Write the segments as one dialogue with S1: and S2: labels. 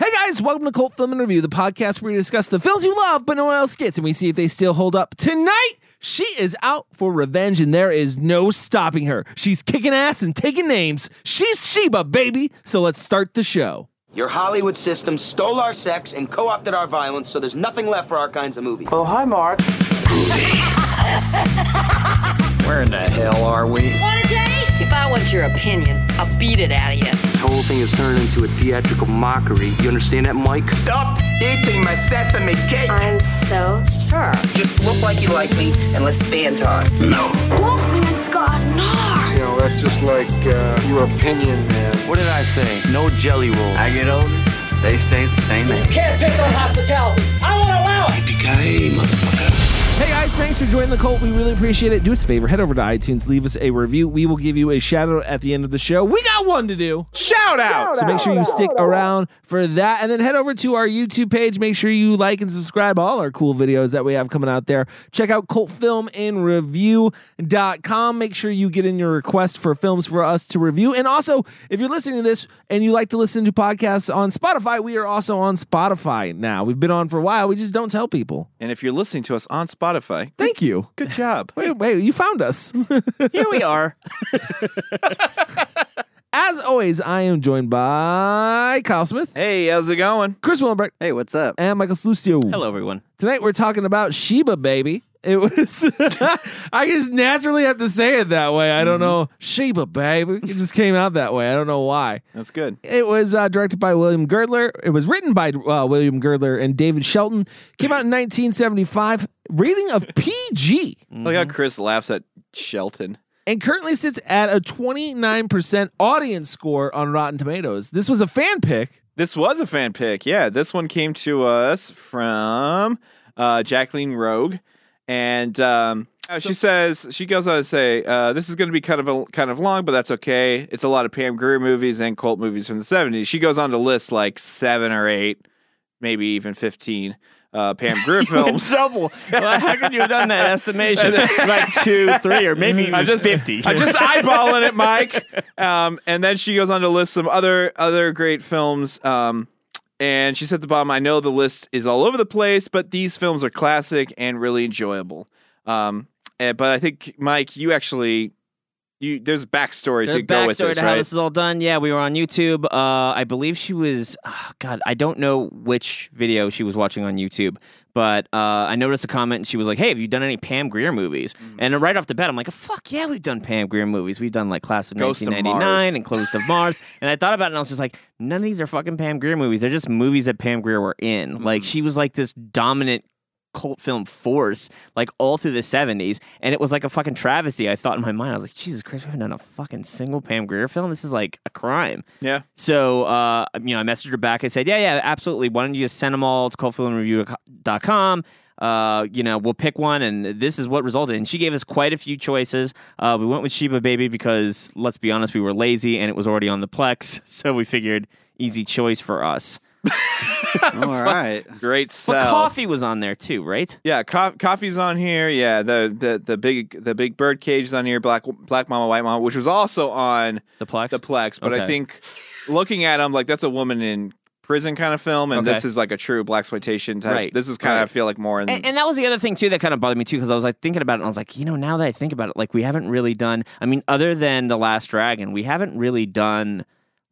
S1: guys, welcome to Cult Film and Review, the podcast where we discuss the films you love but no one else gets, and we see if they still hold up. Tonight, she is out for revenge, and there is no stopping her. She's kicking ass and taking names. She's Sheba, baby. So let's start the show.
S2: Your Hollywood system stole our sex and co opted our violence, so there's nothing left for our kinds of movies.
S3: Oh, hi, Mark.
S2: Where in the hell are we?
S4: Want a date? If I want your opinion, I'll beat it out of you.
S5: This whole thing has turned into a theatrical mockery. You understand that, Mike?
S6: Stop eating my sesame cake.
S7: I'm so sure.
S8: Just look like you like me and let's fan talk.
S9: Wolfman's got gnar.
S10: You know, that's just like uh, your opinion, man.
S5: What did I say? No jelly roll.
S11: I get older, they stay the same age.
S12: Can't pick on hospitality. I won't allow it.
S13: Yippee-ki-yay, motherfucker.
S1: Hey guys, thanks for joining the cult. We really appreciate it. Do us a favor, head over to iTunes, leave us a review. We will give you a shout out at the end of the show. We got one to do.
S14: Shout out!
S1: So make sure you stick around for that. And then head over to our YouTube page. Make sure you like and subscribe all our cool videos that we have coming out there. Check out cultfilmandreview.com. Make sure you get in your request for films for us to review. And also, if you're listening to this and you like to listen to podcasts on Spotify, we are also on Spotify now. We've been on for a while. We just don't tell people.
S15: And if you're listening to us on Spotify,
S1: Thank you.
S15: good job.
S1: Wait, wait, you found us.
S14: Here we are.
S1: As always, I am joined by Kyle Smith,
S15: Hey, how's it going?
S1: Chris Willenbrecht,
S16: Hey, what's up?
S1: and Michael Slucio.
S14: Hello, everyone.
S1: Tonight we're talking about Sheba, baby. It was. I just naturally have to say it that way. I don't know. Sheba, baby. It just came out that way. I don't know why.
S15: That's good.
S1: It was uh, directed by William Girdler. It was written by uh, William Girdler and David Shelton. Came out in 1975. Rating of PG.
S15: Look how Chris laughs at Shelton.
S1: and currently sits at a 29% audience score on Rotten Tomatoes. This was a fan pick.
S15: This was a fan pick. Yeah, this one came to us from uh, Jacqueline Rogue, and um, uh, she says she goes on to say uh, this is going to be kind of a, kind of long, but that's okay. It's a lot of Pam Grier movies and cult movies from the '70s. She goes on to list like seven or eight, maybe even fifteen uh, Pam Grier films.
S14: Double. Well, how could you have done that estimation? like two, three, or maybe
S1: Mm,
S14: even
S15: I'm just-
S14: 50.
S15: I'm just eyeballing it, Mike. Um, and then she goes on to list some other other great films. Um, and she said at the bottom, I know the list is all over the place, but these films are classic and really enjoyable. Um, eh, but I think Mike, you actually you there's backstory
S14: The
S15: to go with
S14: backstory
S15: this,
S14: to how
S15: right?
S14: this is all done. Yeah, we were on YouTube. Uh, I believe she was. ah, God, I don't know which video she was watching on YouTube, but uh, I noticed a comment and she was like, "Hey, have you done any Pam Grier movies?"
S15: Mm.
S14: And right off the bat, I'm like, "Fuck yeah, we've done Pam Grier movies. We've done like Class of
S15: Ghost of
S14: 1999
S15: Mars.
S14: and Closed of Mars." And I thought about it and I was just like, "None of these are fucking Pam Grier movies. They're just movies that Pam Grier were in.
S15: Mm-hmm.
S14: Like she was like this dominant." cult film force like all through the 70s and it was like a fucking travesty i thought in my mind i was like jesus christ we haven't done a fucking single pam Grier film this is like a crime
S15: yeah.
S14: so uh you know i messaged her back i said yeah yeah absolutely why don't you just send them all to cultfilmreview.com uh, you know, we'll pick one, and this is what resulted. And she gave us quite a few choices. Uh, we went with Sheba Baby because, let's be honest, we were lazy and it was already on the Plex, so we figured easy choice for us.
S16: All right.
S15: Great
S14: But
S15: sell.
S14: coffee was on there too, right?
S15: Yeah, co- coffee's on here. Yeah, the, the the big the big bird cage is on here. Black black mama, white mama, which was also on
S14: The Plex.
S15: the Plex. But I
S14: Okay.
S15: think looking at him, like that's a woman in prison kind of film, and
S14: Okay.
S15: this is like a true black exploitation type.
S14: Right,
S15: This is kind
S14: right.
S15: of I feel like more in.
S14: And, and that was the other thing too that kind of bothered me too because I was like thinking about it and I was like, you know, now that I think about it, like we haven't really done. I mean, other than the Last Dragon, we haven't really done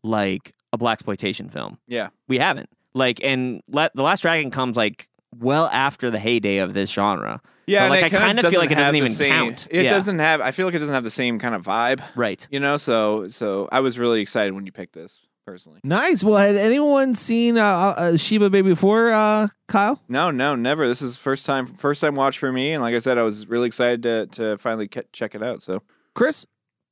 S14: like a black exploitation film.
S15: yeah,
S14: We haven't like, and La- the Last Dragon comes like well after the heyday of this genre.
S15: yeah.
S14: so,
S15: and
S14: like
S15: it
S14: I kind of
S15: doesn't
S14: feel like it doesn't
S15: have the
S14: even
S15: same-
S14: count.
S15: It
S14: Yeah.
S15: doesn't have. I feel like it doesn't have the same kind of vibe.
S14: Right.
S15: You know, so so I was really excited when you picked this personally.
S1: Nice. Well, had anyone seen uh, uh, Sheba Baby before, uh, Kyle?
S15: No, no, never. This is first time first time watch for me, and like I said, I was really excited to to finally ca- check it out. So
S1: Chris?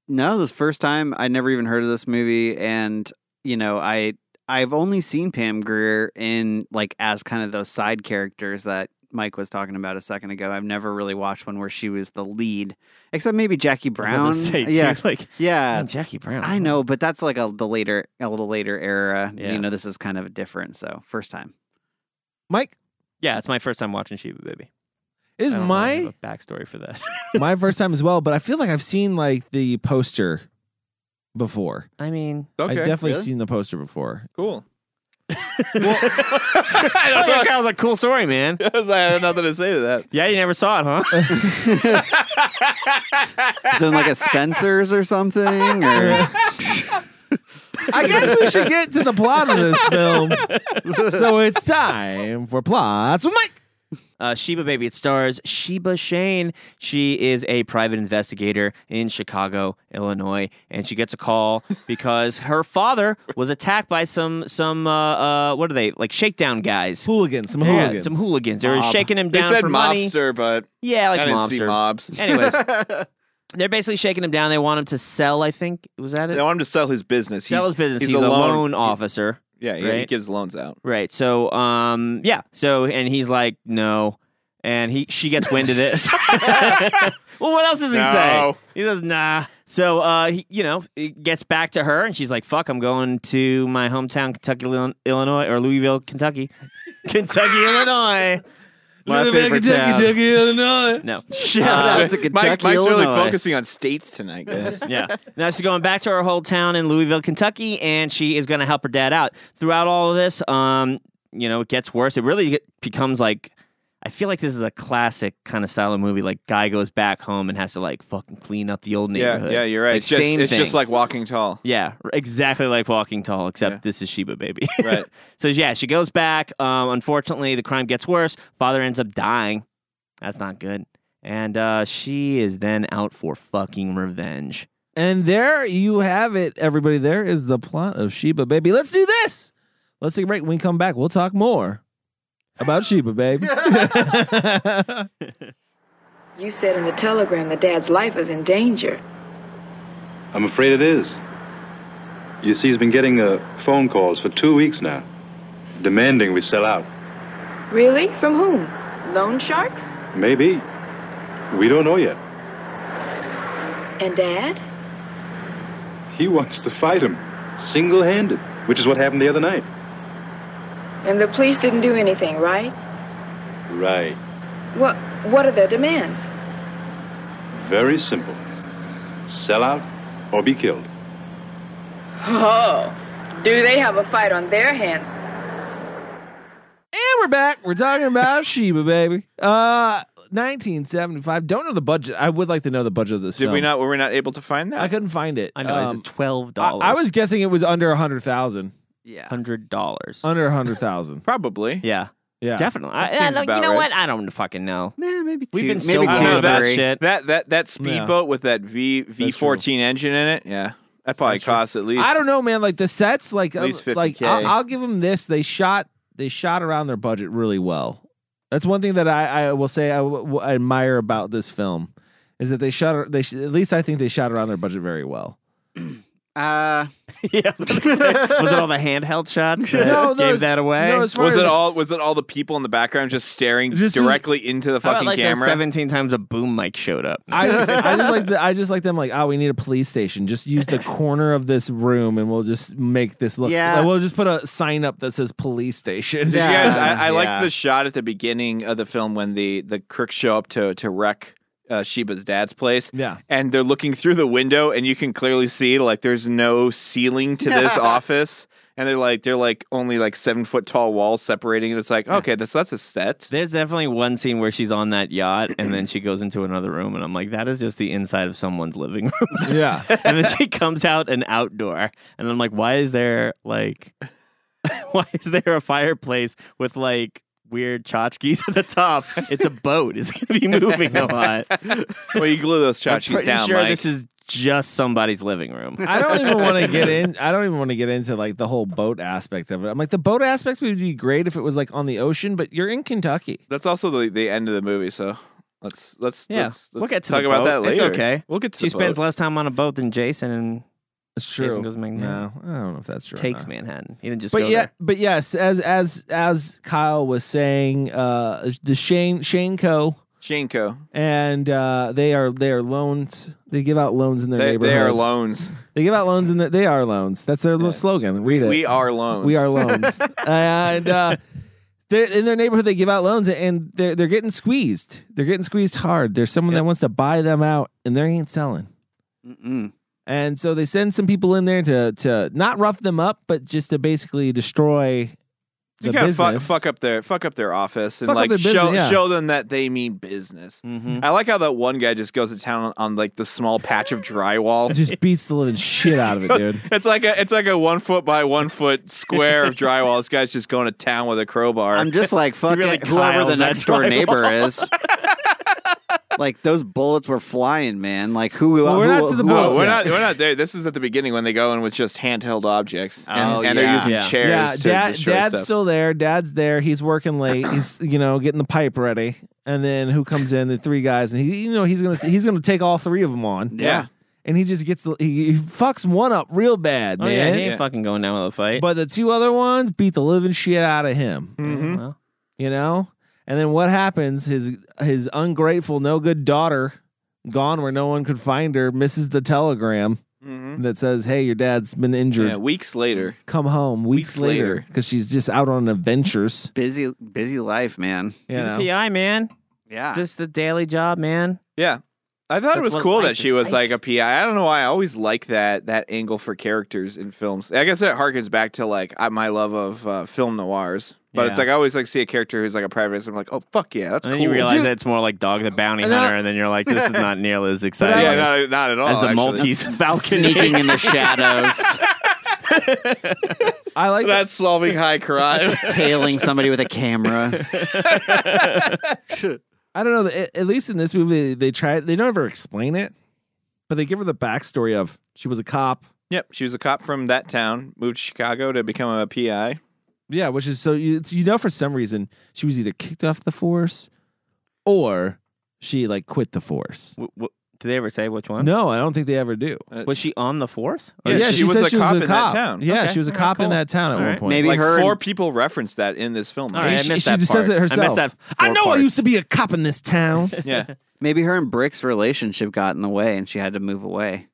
S16: No, this first time I never even heard of this movie, and you know, I I've only seen Pam Grier in like as kind of those side characters that Mike was talking about a second ago. I've never really watched one where she was the lead, except maybe Jackie
S14: I was gonna
S16: Brown.
S14: say, too,
S16: yeah,
S14: like
S16: yeah.
S14: man, Jackie Brown.
S16: I know, but that's like a the later a little later era.
S14: Yeah.
S16: You know, this is kind of different. So first time.
S1: Mike?
S14: Yeah, it's my first time watching Sheba Baby.
S1: It is
S14: I don't really
S1: my
S14: have a backstory for that?
S1: my first time as well, but I feel like I've seen like the poster before.
S14: I mean,
S15: okay,
S1: I've definitely
S15: really?
S1: seen the poster before.
S15: cool.
S14: Well, I don't know. oh, That was a cool story, man.
S15: I was like, I had nothing to say to that.
S14: Yeah, you never saw it, huh?
S16: Is it like a Spencer's or something? Or...
S1: I guess we should get to the plot of this film. so it's time for plots with Mike.
S14: Uh, Sheba Baby. It stars Sheba Shane. She is a private investigator in Chicago, Illinois, and she gets a call because her father was attacked by some some uh, uh, what are they like shakedown guys?
S1: Hooligans, some
S14: yeah,
S1: hooligans,
S14: some hooligans. They were
S15: Mob.
S14: shaking him
S15: They
S14: down
S15: said
S14: for money.
S15: mobster, but
S14: Yeah, like
S15: I didn't
S14: mobster.
S15: see mobs.
S14: Anyways, they're basically shaking him down. They want him to sell. I think was that it?
S15: They want him to sell his business.
S14: sell
S15: he's,
S14: his business.
S15: He's,
S14: He's, a
S15: loan-
S14: loan officer.
S15: Yeah, yeah, he
S14: right?
S15: gives loans out.
S14: Right. So, um, yeah. So, and he's like, no. And he, she gets wind of this. well, what else does he say?
S15: No.
S14: He says, nah. So, uh, he, you know, it gets back to her, and she's like, fuck, I'm going to my hometown, Kentucky, Illinois, Illinois or Louisville, Kentucky. Kentucky, Illinois.
S16: My favorite town.
S1: Illinois.
S14: No. Uh,
S16: Shout out to Kentucky,
S15: Mike, Mike's really
S16: Illinois.
S15: focusing on states tonight, guys.
S14: yeah. Now she's going back to her whole town in Louisville, Kentucky, and she is going to help her dad out. Throughout all of this, um, you know, it gets worse. It really get- becomes like I feel like this is a classic kind of style of movie. Like guy goes back home and has to like fucking clean up the old
S15: yeah,
S14: neighborhood.
S15: yeah, you're right.
S14: Like,
S15: it's just,
S14: same
S15: it's
S14: thing.
S15: just like walking tall.
S14: Yeah, r- exactly like Walking Tall, except
S15: Yeah.
S14: this is Sheba Baby.
S15: Right.
S14: so yeah, she goes back. Um, unfortunately, the crime gets worse. Father ends up dying. That's not good. And uh, she is then out for fucking revenge.
S1: And there you have it, everybody. There is the plot of Sheba Baby. Let's do this. Let's take a break. When we come back, we'll talk more about Sheba Baby.
S3: You said in the telegram that Dad's life is in danger.
S17: I'm afraid it is. You see, he's been getting uh, phone calls for two weeks now, demanding we sell out.
S3: Really? From whom? Loan sharks?
S17: Maybe. We don't know yet.
S3: And Dad?
S17: He wants to fight him, single handed, which is what happened the other night.
S3: And the police didn't do anything, right?
S17: Right.
S3: What What are their demands?
S17: Very simple sell out or be killed.
S3: Oh, do they have a fight on their hands?
S1: And we're back. We're talking about Sheba, baby. Uh, 1975. Don't know the budget. I would like to know the budget of this.
S15: Did we
S1: film.
S15: not? Were we not able to find that?
S1: I couldn't find it.
S14: I know
S1: Um,
S14: it's twelve
S1: I,
S14: dollars.
S1: I was guessing it was under a hundred thousand.
S16: yeah.
S14: hundred dollars.
S1: Under a hundred thousand.
S15: Probably.
S14: Yeah,
S1: Yeah,
S14: definitely.
S15: That
S14: I, I
S15: seems
S14: don't- you
S15: about
S14: know
S15: right.
S14: what? I don't fucking know.
S16: Nah, maybe two.
S14: We've been so
S16: maybe
S14: I
S15: I
S14: don't
S15: know
S14: know
S16: two,
S15: that
S16: three.
S14: shit.
S15: That that that speedboat with that V V fourteen engine in it. Yeah, that probably costs at least.
S1: I don't know, man. Like the sets, like
S15: At least
S1: um, like
S15: 50K.
S1: I'll, I'll give them this. They shot they shot around their budget really well. That's one thing that I, I will say I w- w- admire about this film is that they shot they sh- at least I think they shot around their budget very well.
S16: Uh,
S14: yeah, was, it all the handheld shots? That
S1: No, no,
S14: gave
S1: it's-
S14: that away.
S1: no, as far
S15: Was
S1: as-
S15: it all? Was it all the people in the background just staring
S1: Just-
S15: directly into the
S14: How about,
S15: fucking
S14: like the
S15: camera?
S14: Seventeen times a boom mic showed up.
S1: I just, I just like the, I just like them like oh we need a police station just use the corner of this room and we'll just make this look
S16: Yeah.
S1: we'll just put a sign up that says police station
S15: Did you guys,
S16: Yeah,
S15: I, I
S16: yeah.
S15: liked the shot at the beginning of the film when the the crooks show up to to wreck uh, Sheba's dad's place.
S1: Yeah.
S15: and they're looking through the window, and you can clearly see like there's no ceiling to this office, and they're like they're like only like seven foot tall walls separating, and it's like okay, this that's a set.
S14: There's definitely one scene where she's on that yacht and then she goes into another room, and I'm like, that is just the inside of someone's living room.
S1: yeah
S14: and then she comes out an outdoor, and I'm like, why is there like, why is there a fireplace with like weird tchotchkes at the top? It's a boat. It's gonna be moving a lot.
S15: well, you glue those
S14: I'm
S15: tchotchkes
S14: pretty
S15: down,
S14: sure
S15: Mike.
S14: this is just somebody's living room.
S1: I don't even want to get in. I don't even want to get into like the whole boat aspect of it. I'm like the boat aspect would be great if it was like on the ocean, but you're in Kentucky.
S15: that's also the the end of the movie, so. Let's let's
S14: Yeah,
S15: let's,
S14: we'll
S15: let's
S14: get to
S15: talk
S14: the
S15: about
S14: boat.
S15: that
S14: It's
S15: later.
S14: okay.
S15: We'll get to
S14: she
S15: the
S14: spends
S15: boat.
S14: less time on a boat than Jason and
S1: It's
S14: Jason goes to Manhattan.
S1: No, I don't know if that's true. or
S14: takes
S1: not.
S14: Manhattan. He didn't just
S1: But
S14: go
S1: yeah,
S14: there.
S1: but yes, as as as Kyle was saying, uh, the Shane Shane Co.
S15: Shinko.
S1: and uh, they are they are loans. They give out loans in their
S15: They,
S1: neighborhood.
S15: they are loans.
S1: They give out loans in their. They are loans. That's their little slogan. Read it.
S15: We are loans.
S1: We are loans. and uh, they're in their neighborhood. They give out loans, and they're they're getting squeezed. They're getting squeezed hard. There's someone that wants to buy them out, and they ain't selling.
S16: Mm-mm.
S1: And so they send some people in there to to not rough them up, but just to basically destroy.
S15: You
S1: The
S15: gotta fuck,
S1: business.
S15: fuck up their fuck up their office and
S1: Fuck up
S15: like
S1: their business,
S15: show
S1: yeah.
S15: show them that they mean business.
S14: Mhm.
S15: I like how that one guy just goes to town on, on like the small patch of drywall.
S1: It just beats the living shit out of it, dude.
S15: it's like a it's like a one foot by one foot square of drywall. This guy's just going to town with a crowbar.
S16: I'm just like fuck
S14: really
S16: it, whoever
S14: Kyle's
S16: the
S14: that
S16: next door
S14: drywall.
S16: neighbor is. like those bullets were flying, man. Like who?
S1: Well, we're
S16: who-
S1: not to the
S16: who
S1: bullets
S16: else-
S15: No, we're
S1: Yeah.
S15: not. We're not there. This is at the beginning when they go in with just handheld objects, and,
S16: Oh,
S15: and they're
S16: yeah.
S15: using
S14: Yeah.
S15: chairs. to
S1: dad,
S15: destroy
S1: dad's
S15: stuff.
S1: still there. Dad's there. He's working late. He's you know getting the pipe ready, and then who comes in? The three guys, and he you know he's gonna he's gonna take all three of them on.
S15: Yeah.
S1: and he just gets the he, he fucks one up real bad,
S14: Oh yeah,
S1: man.
S14: he ain't fucking going down with a fight.
S1: But the two other ones beat the living shit out of him.
S15: Mhm.
S14: Well,
S1: You know, and then what happens? His his ungrateful, no good daughter, gone where no one could find her, misses the telegram
S15: Mhm.
S1: that says, "Hey, your dad's been injured.
S15: Yeah, weeks later.
S1: Come home." Weeks,
S15: Weeks
S1: later,
S15: later.
S1: because she's just out on adventures.
S16: busy, busy life, man.
S1: You
S14: he's
S1: know?
S14: a PI man.
S16: Yeah,
S14: Is this the daily job, man?
S15: Yeah. I thought it
S14: That's
S15: was
S14: what
S15: cool
S14: life
S15: that she
S14: is
S15: was
S14: like.
S15: like a PI. I don't know why I always like that that angle for characters in films. I guess that harkens back to like I- my love of uh, film noirs. But it's
S14: Yeah.
S15: like I always like see a character who's like a private. citizen. I'm like, oh fuck yeah, that's
S14: And then
S15: cool.
S14: you realize
S1: Dude.
S14: that it's more like Dog the Bounty
S1: And I-
S14: Hunter, and then you're like, this is not nearly as exciting
S15: yeah,
S14: as,
S15: not, not at all.
S14: as the
S15: Oh, actually.
S14: Maltese Falcon.
S16: sneaking in the shadows,
S1: I like that.
S15: That's solving high crime.
S16: tailing somebody with a camera.
S1: I don't know. At, at least in this movie, they try. They don't ever explain it, but they give her the backstory of she was a cop.
S15: yep, she was a cop from that town, moved to Chicago to become a PI.
S1: Yeah, which is so you, it's- you know for some reason she was either kicked off the force, or she like quit the force.
S14: W- w- do they ever say which one?
S1: No, I don't think they ever do.
S14: Was she on the force? Or-
S15: Yeah, she was
S1: said
S15: a cop in that town.
S1: Yeah,
S14: Okay.
S1: she was a
S14: All right,
S1: cop in
S14: cool.
S1: that town at
S14: All
S1: one
S14: right.
S1: point.
S16: Maybe
S15: Like
S16: her.
S15: four people referenced that in this film.
S14: All right, I
S1: she,
S14: missed
S1: she
S14: that
S1: just
S14: part.
S1: says it herself.
S14: I missed that.
S1: I
S14: four
S1: know
S14: part.
S1: I used to be a cop in this town.
S15: Yeah,
S16: Maybe her and Brick's relationship got in the way, and she had to move away.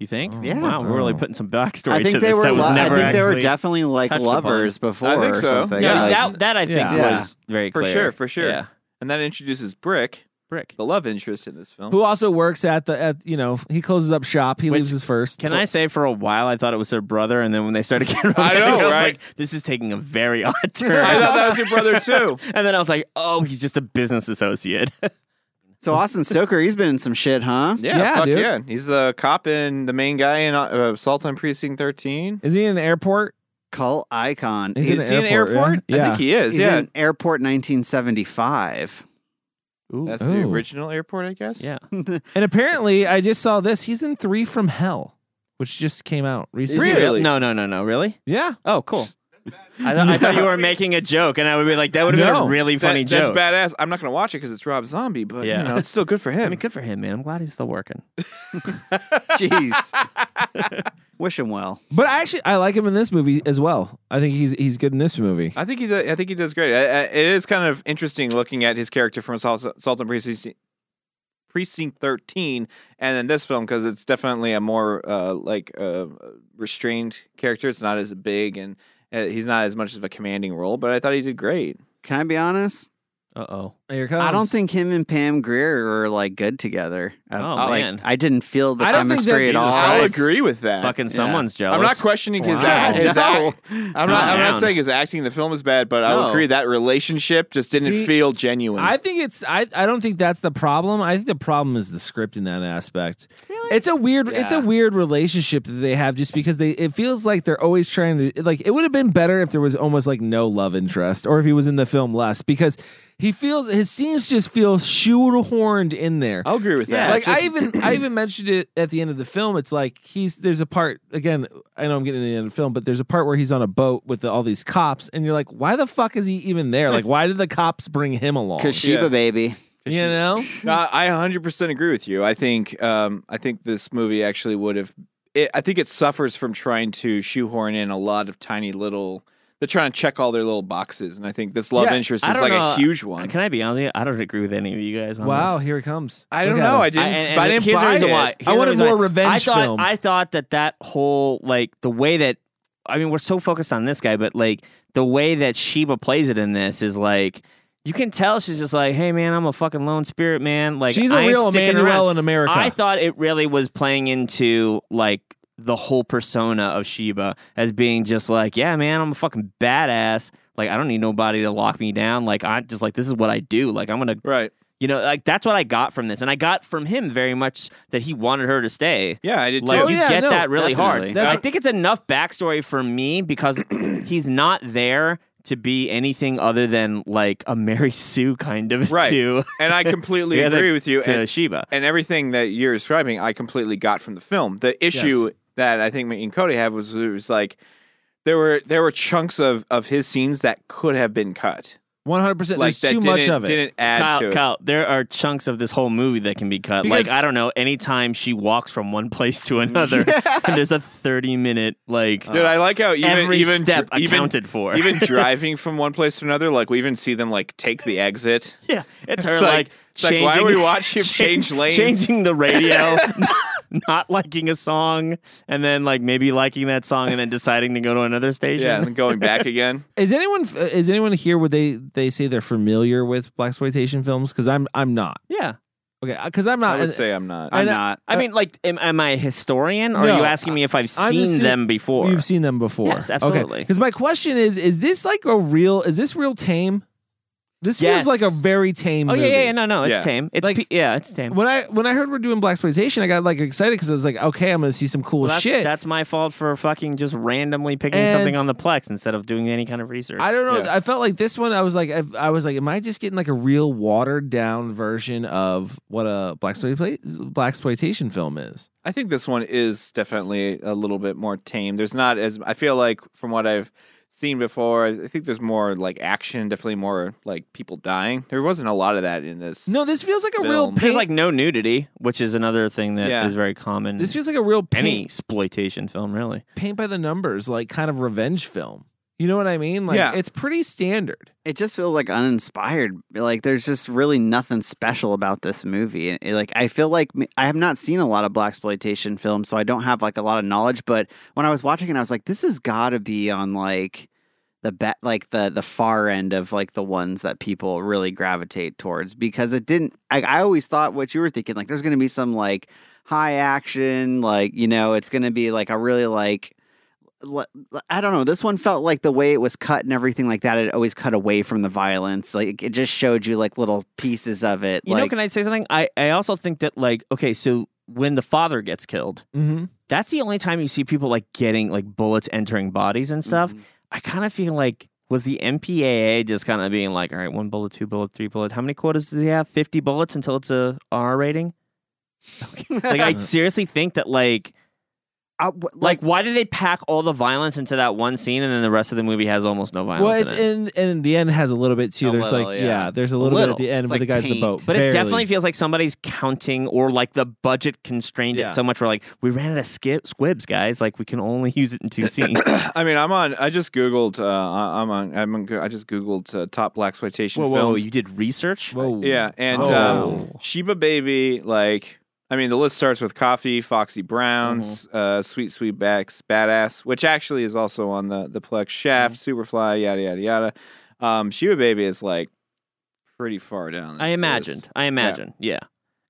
S14: You think?
S16: Yeah.
S14: Wow, we're really putting some backstory
S16: I think
S14: to
S16: they
S14: this
S16: were.
S14: that was
S16: lo-
S14: never
S16: I think they were
S14: actually-
S16: definitely like
S14: touched upon.
S16: lovers before
S15: I think
S16: or
S15: so.
S16: something.
S14: Yeah,
S16: Like,
S14: that, that I think
S1: Yeah.
S14: was very
S15: for
S14: clear.
S15: sure, for sure.
S14: Yeah.
S15: And that introduces Brick,
S14: Brick.
S15: the love interest in this film.
S1: Who also works at the at you know he closes up shop. He
S14: Which-
S1: leaves his first.
S14: Can I say for a while I thought it was her brother, and then when they started getting
S15: I
S14: romantic,
S15: know,
S14: was
S15: right?
S14: like, this is taking a very odd
S15: I thought
S14: turn.
S15: that was your brother too.
S14: and then I was like, oh, he's just a business associate.
S16: so Austin Stoker, he's been in some shit, huh?
S15: Yeah,
S1: Yeah,
S15: fuck
S1: dude.
S15: yeah. He's the cop and the main guy in uh, uh, Assault on Precinct 13.
S1: Is he in an airport?
S16: Cult icon.
S1: He's
S16: He's,
S1: in an airport, yeah?
S15: I think he is.
S16: he's
S15: yeah.
S16: in Airport 1975.
S1: Ooh,
S15: That's the
S1: oh.
S15: original airport, I guess.
S14: yeah.
S1: And apparently, I just saw this. He's in Three from Hell, which just came out recently.
S15: Really?
S14: No, no, no, no. Really?
S1: Yeah.
S14: Oh, cool. I, thought, I thought you were making a joke, and I would be like, that would have been
S1: No.
S14: a really
S15: That-
S14: funny
S15: that's
S14: joke.
S15: badass. I'm not going to watch it because it's Rob Zombie, but
S14: Yeah.
S15: you know, it's still good for
S14: I
S15: him.
S14: mean, good for him, man. I'm glad he's still working.
S16: Jeez. Wish him well.
S1: But I actually I like him in this movie as well. I think he's he's good in this movie.
S15: I think he does, I think he does great. I, I, it is kind of interesting looking at his character from Assault, Assault on Precinct Precinct 13 and in this film because it's definitely a more uh, like uh, restrained character. It's not as big and uh, he's not as much of a commanding role, but I thought he did great.
S16: Can I be honest?
S14: Uh oh.
S1: Here it comes.
S16: I don't think him and Pam Greer were like good together. I-
S14: Oh,
S16: like,
S14: man.
S16: I didn't feel the
S1: I don't think
S16: chemistry at
S1: that's-
S16: all.
S15: I'll
S14: Christ.
S15: agree with that.
S14: Fucking someone's jealous.
S15: I'm not questioning his
S14: Wow.
S15: act. His
S16: No.
S15: act. I'm not. I'm
S14: down.
S15: not saying his acting in the film is bad, but I'll
S16: No.
S15: agree that relationship just didn't
S1: See,
S15: feel genuine.
S1: I think it's I, I don't think that's the problem. I think the problem is the script in that aspect. Really? It's a weird it's a
S14: Yeah.
S1: weird relationship that they have just because they it feels like they're always trying to like it would have been better if there was almost like no love interest or if he was in the film less because he feels his scenes just feel shoehorned in there.
S15: I'll agree with that.
S1: like I even I even mentioned it at the end of the film. It's like he's there's a part again. I know I'm getting to the end of the film, but there's a part where he's on a boat with the, all these cops, and you're like, why the fuck is he even there? Like, why did the cops bring him along?
S16: Because Sheba
S15: Yeah.
S16: baby.
S1: You know,
S15: No, I 100% agree with you. I think um, I think this movie actually would have. It, I think it suffers from trying to shoehorn in a lot of tiny little. They're trying to check all their little boxes, and I think this love
S1: Yeah,
S15: interest
S14: I
S15: is
S14: don't
S15: like
S14: know.
S15: a huge one.
S14: Can I be honest with you? I don't agree with any of you guys on this.
S1: wow, here he comes.
S15: I
S1: Look
S15: don't
S1: at
S15: know.
S1: him.
S15: I didn't.
S14: I, and-
S15: I
S14: and
S15: didn't
S14: here's the
S15: buy
S14: reason
S15: it.
S14: why. Here's
S1: I
S14: the
S1: wanted
S14: reason
S1: more
S14: why.
S1: revenge
S14: I thought,
S1: film.
S14: I thought that that whole like the way that I mean we're so focused on this guy, but like the way that Sheba plays it in this is like you can tell she's just like, hey man, I'm a fucking lone spirit, man. Like
S1: she's
S14: a
S1: a real
S14: sticking
S1: Emmanuel
S14: around.
S1: in America.
S14: I thought it really was playing into like the whole persona of Sheba as being just like, yeah, man, I'm a fucking badass. Like I don't need nobody to lock me down. Like I just like this is what I do. Like I'm gonna
S15: right.
S14: You know, like that's what I got from this, and I got from him very much that he wanted her to stay.
S15: Yeah, I did
S14: Like
S15: too.
S1: Oh,
S14: you
S1: yeah,
S14: get
S1: no,
S14: that really
S1: definitely.
S14: hard.
S1: That's-
S14: I think it's enough backstory for me because he's not there to be anything other than like a Mary Sue kind of
S15: right.
S14: to.
S15: and I completely
S14: Yeah, to-
S15: agree with you.
S14: to
S15: and,
S14: Sheba.
S15: and everything that you're describing, I completely got from the film. The issue
S1: Yes.
S15: that I think me and Cody have was it was like there were there were chunks of of his scenes that could have been cut.
S1: One hundred percent.
S15: Like
S1: There's
S15: that
S1: too much
S15: didn't-
S1: of it.
S15: didn't add
S14: Kyle,
S15: to it.
S14: Kyle, there are chunks of this whole movie that can be cut.
S1: Because-
S14: like I don't know, anytime she walks from one place to another, and there's a thirty minute like.
S15: Dude, I like how even
S14: every
S15: even
S14: step
S15: dr- even-
S14: accounted for.
S15: even driving from one place to another, like we even see them like take the exit.
S14: yeah, it's her
S15: It's like-
S14: like,
S15: it's like,
S14: changing.
S15: why are we watching change lanes?
S14: Changing the radio, not liking a song, and then like maybe liking that song, and then deciding to go to another station.
S15: Yeah, and then going back again.
S1: Is anyone is anyone here where they they say they're familiar with black exploitation films? Because I'm I'm not.
S14: yeah.
S1: Okay, because I'm not.
S15: I would say I'm not.
S1: I
S16: I'm
S1: know-
S16: not.
S14: I mean, like, am, am I a historian? Or
S1: No.
S14: are you asking me if I've
S1: I've
S14: seen
S1: just
S14: them before?
S1: You've seen them before.
S14: Yes, absolutely.
S1: Because my question is: Is this like a real? Is this real tame? This feels
S14: Yes.
S1: like a very tame.
S14: oh yeah,
S1: movie.
S14: yeah, yeah, no, no, it's
S15: Yeah.
S14: tame. It's
S1: Like-
S14: pe- yeah, it's tame.
S1: When I when I heard we're doing black exploitation, I got like excited because I was like, okay, I'm gonna see some cool
S14: Well, that's,
S1: shit.
S14: That's my fault for fucking just randomly picking
S1: And-
S14: something on the Plex instead of doing any kind of research.
S1: I don't know.
S15: Yeah.
S1: I felt like this one. I was like, I, I was like, am I just getting like a real watered down version of what a black exploitation black exploitation film is?
S15: I think this one is definitely a little bit more tame. There's not as I feel like from what I've seen before, I think there's more like action, definitely more like people dying. There wasn't a lot of that in this.
S1: No, this feels like a real.
S15: Film.
S1: Paint,
S14: There's like no nudity, which is another thing that is
S15: Yeah.
S14: very common.
S1: this feels like a real paint,
S14: any exploitation film, really.
S1: paint by the numbers, like kind of revenge film. You know what I mean? Like
S15: Yeah.
S1: it's pretty standard.
S16: It just feels like uninspired. Like there's just really nothing special about this movie. It- it- like I feel like m- I have not seen a lot of black exploitation films, so I don't have like a lot of knowledge. But when I was watching it, I was like, this has got to be on like the be- like the the far end of like the ones that people really gravitate towards because it didn't. I, I always thought what you were thinking like there's gonna be some like high action, like you know, it's gonna be like a really like l- l- I don't know. This one felt like the way it was cut and everything like that. It always cut away from the violence. Like it just showed you like little pieces of it.
S14: You
S16: like,
S14: know, can I say something? I, I also think that like, okay, so when the father gets killed,
S1: Mm-hmm.
S14: that's the only time you see people like getting like bullets entering bodies and stuff. I kind of feel like was the MPAA just kind of being like, all right, one bullet, two bullet, three bullet. How many quotas does he have? Fifty bullets until it's a R rating. like I seriously think that like
S16: I Uh, w-
S14: like
S16: like
S14: why did they pack all the violence into that one scene and then the rest of the movie has almost no violence?
S1: Well, it's
S14: in it?
S1: in and the end has a little bit too.
S16: A
S1: there's
S16: little,
S1: like
S16: yeah.
S1: yeah. there's a little, bit
S14: little.
S1: at the end
S16: It's
S1: with
S16: like
S1: the guys in
S16: paint.
S1: the boat.
S14: But it
S1: Barely.
S14: definitely feels like somebody's counting or like the budget constrained
S1: Yeah.
S14: it so much. We're like, we ran out of skip squibs, guys. Like we can only use it in two scenes.
S15: I mean, I'm on. I just googled. Uh, I- I'm on. I'm on, Goo- I just googled uh, top black exploitation
S14: whoa,
S15: films.
S14: whoa, you did research?
S1: Whoa.
S15: Yeah, and
S14: Oh.
S15: um, Sheba Baby, like I mean, the list starts with Coffee, Foxy Browns,
S14: Mm-hmm.
S15: uh, Sweet Sweet Backs, Badass, which actually is also on the the Plex Shaft,
S14: Mm-hmm.
S15: Superfly, yada yada yada. Um, Sheba Baby is like pretty far down. this
S14: I
S15: list.
S14: imagined. I imagine. Yeah.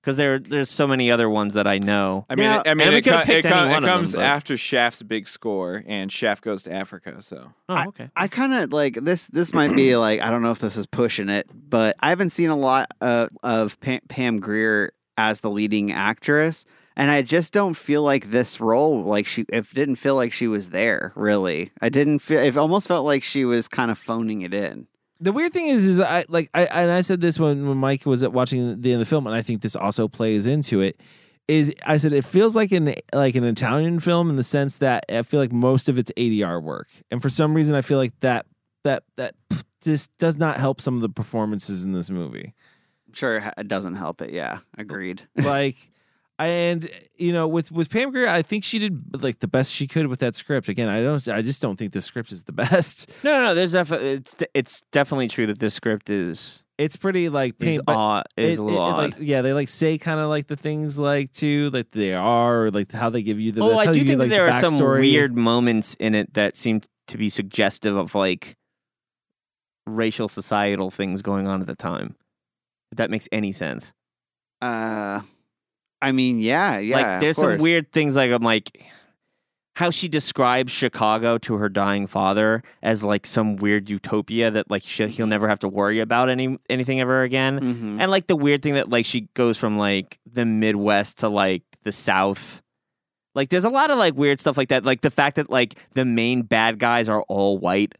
S14: Because there, there's so many other ones that I know.
S15: I mean,
S16: Now-
S15: I mean,
S14: and we
S15: it, co-
S14: could've
S15: it,
S14: picked
S15: co-
S14: any
S15: it
S14: one of them,
S15: comes
S14: but-
S15: after Shaft's big score, and Shaft goes to Africa. So
S14: Oh, okay.
S16: I kind of like this. This might be like I don't know if this is pushing it, but I haven't seen a lot uh, of Pam, Pam Greer as the leading actress, and I just don't feel like this role. Like she, it didn't feel like she was there. Really, I didn't feel. It almost felt like she was kind of phoning it in.
S1: the weird thing is, is I like I and I said this when when Mike was watching the end of the film, and I think this also plays into it. Is I said it feels like an like an Italian film in the sense that I feel like most of it's ADR work, and for some reason I feel like that that that just does not help some of the performances in this movie.
S16: I'm sure it doesn't help it. Yeah, agreed.
S1: like and you know with with pam Grier, i think she did like the best she could with that script again i don't i just don't think the script is the best
S14: No, no, no. There's definitely it's it's definitely true that this script is
S1: it's pretty like
S14: is
S1: paint by-
S14: odd, is
S1: it-
S14: a little
S1: it- it,
S14: odd.
S1: like, yeah they like say kind of like the things like too like they are or, like how they give you the
S14: oh,
S1: they
S14: I
S1: tell
S14: do
S1: you,
S14: think
S1: like,
S14: that there
S1: the
S14: are some
S1: backstory.
S14: weird moments in it that seem to be suggestive of like racial societal things going on at the time. If that makes any sense.
S16: Uh, I mean, yeah, yeah.
S14: Like, there's some weird things. Like, I'm like, how she describes Chicago to her dying father as like some weird utopia that like she, he'll never have to worry about any anything ever again,
S16: Mhm.
S14: and like the weird thing that like she goes from like the Midwest to like the South. Like, there's a lot of like weird stuff like that. Like the fact that like the main bad guys are all white.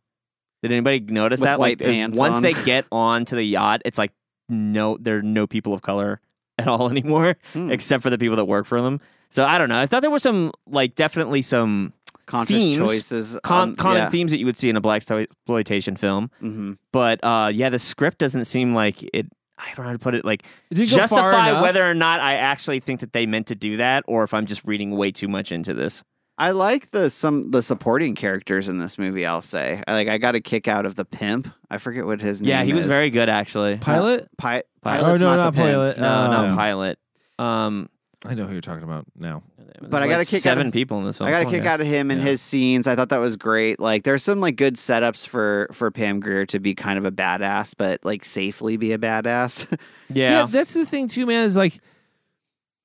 S14: Did anybody notice
S16: With
S14: that?
S16: white
S14: like, there's-
S16: pants
S14: once
S16: on.
S14: they get onto the yacht, it's like no, there are no people of color at all anymore,
S16: Hmm.
S14: except for the people that work for them. So I don't know. I thought there were some like definitely some
S16: Hmm. Conscious
S14: themes,
S16: choices,
S14: con-
S16: um,
S14: common
S16: yeah.
S14: themes that you would see in a black exploitation film.
S16: Mm-hmm.
S14: But uh, yeah, the script doesn't seem like it. I don't know how to put it. Like
S1: It didn't go far
S14: justify
S1: enough.
S14: whether or not I actually think that they meant to do that, or if I'm just reading way too much into this.
S16: I like the some the supporting characters in this movie. I'll say, I like I got a kick out of the pimp. I forget what his name.
S14: Yeah, he was
S16: is.
S14: very good actually.
S1: Pilot?
S16: Pi-
S14: Pilot.
S16: pilot's
S1: Oh, no,
S16: not,
S1: not
S16: the pimp.
S1: pilot.
S14: No,
S1: Um,
S16: Oh.
S14: no pilot. Um,
S1: I know who you're talking about now.
S14: there's
S16: But I
S14: like
S16: got a kick
S14: seven
S16: out of,
S14: people in this film.
S16: I got a
S14: Oh,
S16: kick
S14: yes.
S16: out of him and
S1: Yeah.
S16: his scenes. I thought that was great. Like there's some like good setups for for Pam Greer to be kind of a badass, but like safely be a badass.
S14: Yeah.
S1: that's the thing too, man. Is like,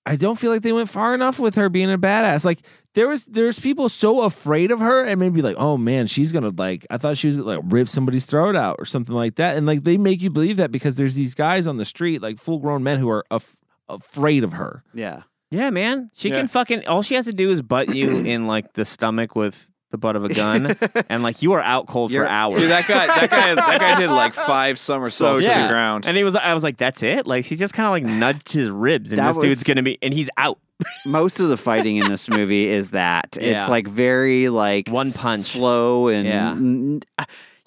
S1: I don't feel like they went far enough with her being a badass. Like there was, there's people so afraid of her, and maybe like, oh man, she's gonna like. I thought she was gonna, like rip somebody's throat out or something like that, and like they make you believe that because there's these guys on the street, like full grown men who are af- afraid of her.
S16: yeah.
S14: Yeah, man. She
S15: Yeah.
S14: can fucking all she has to do is butt you in like the stomach with the butt of a gun and like you are out cold
S16: You're-
S14: for hours.
S15: Dude, that guy, that guy, that guy did like five somersaults to
S14: yeah.
S15: the ground.
S14: And he was I was like, that's it? Like she just kinda like nudged his ribs and
S16: That
S14: this dude's
S16: was-
S14: gonna be and he's out.
S16: Most of the fighting in this movie is that
S14: Yeah.
S16: it's like very like
S14: One punch.
S16: slow and
S14: Yeah.
S16: n-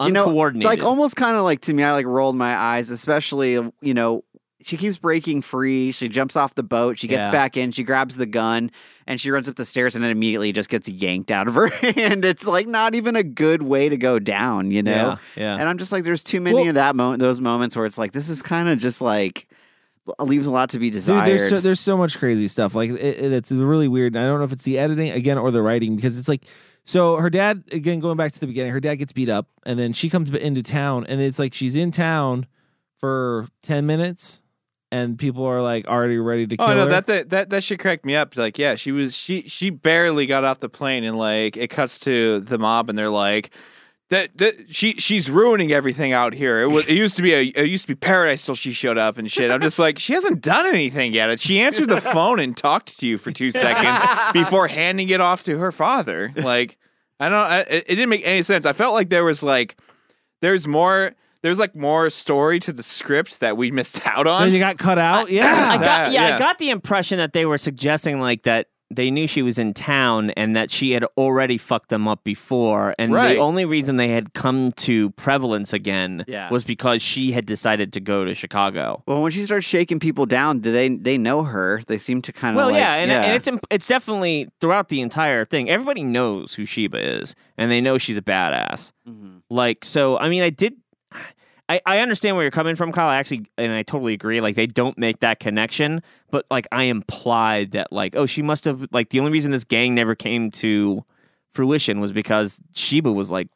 S14: Uncoordinated.
S16: like oh almost kind of like to me. I like rolled my eyes, especially you know. She keeps breaking free. She jumps off the boat. She gets
S14: Yeah.
S16: back in. She grabs the gun and she runs up the stairs and it immediately just gets yanked out of her hand. It's like not even a good way to go down, you know?
S14: Yeah, yeah.
S16: And I'm just like, there's too many
S1: Well-
S16: of that moment, those moments where it's like, this is kind of just like leaves a lot to be
S1: Dude,
S16: desired.
S1: there's so, there's so much crazy stuff. Like it, it- it's really weird. And I don't know if it's the editing again or the writing because it's like so her dad again going back to the beginning. Her dad gets beat up and then she comes into town and it's like she's in town for ten minutes and people are like already ready to kill
S15: Oh no,
S1: her.
S15: that, that that that shit cracked me up. Like, yeah, she was she she barely got off the plane, and like it cuts to the mob, and they're like, that, that she she's ruining everything out here. It was it used to be a it used to be paradise till she showed up and shit. I'm just like, she hasn't done anything yet. She answered the phone and talked to you for two seconds before handing it off to her father. Like, I don't, I, it it didn't make any sense. I felt like there was like, there's more. There's like more story to the script that we missed out
S1: Then
S15: on.
S1: you got cut out. yeah.
S14: I got
S15: That-
S14: yeah,
S15: yeah.
S14: I got the impression that they were suggesting like that they knew she was in town and that she had already fucked them up before and
S15: Right.
S14: the only reason they had come to prevalence again
S16: Yeah.
S14: was because she had decided to go to Chicago.
S16: well, when she starts shaking people down, do they they know her. They seem to kind of
S14: Well,
S16: like,
S14: yeah, and, and it's imp- it's definitely throughout the entire thing. Everybody knows who Sheba is, and they know she's a badass. Like, so I mean, I did, I I understand where you're coming from, Kyle. I actually, and I totally agree. Like, they don't make that connection, but like, I implied that like, oh, she must have like the only reason this gang never came to fruition was because Sheba was like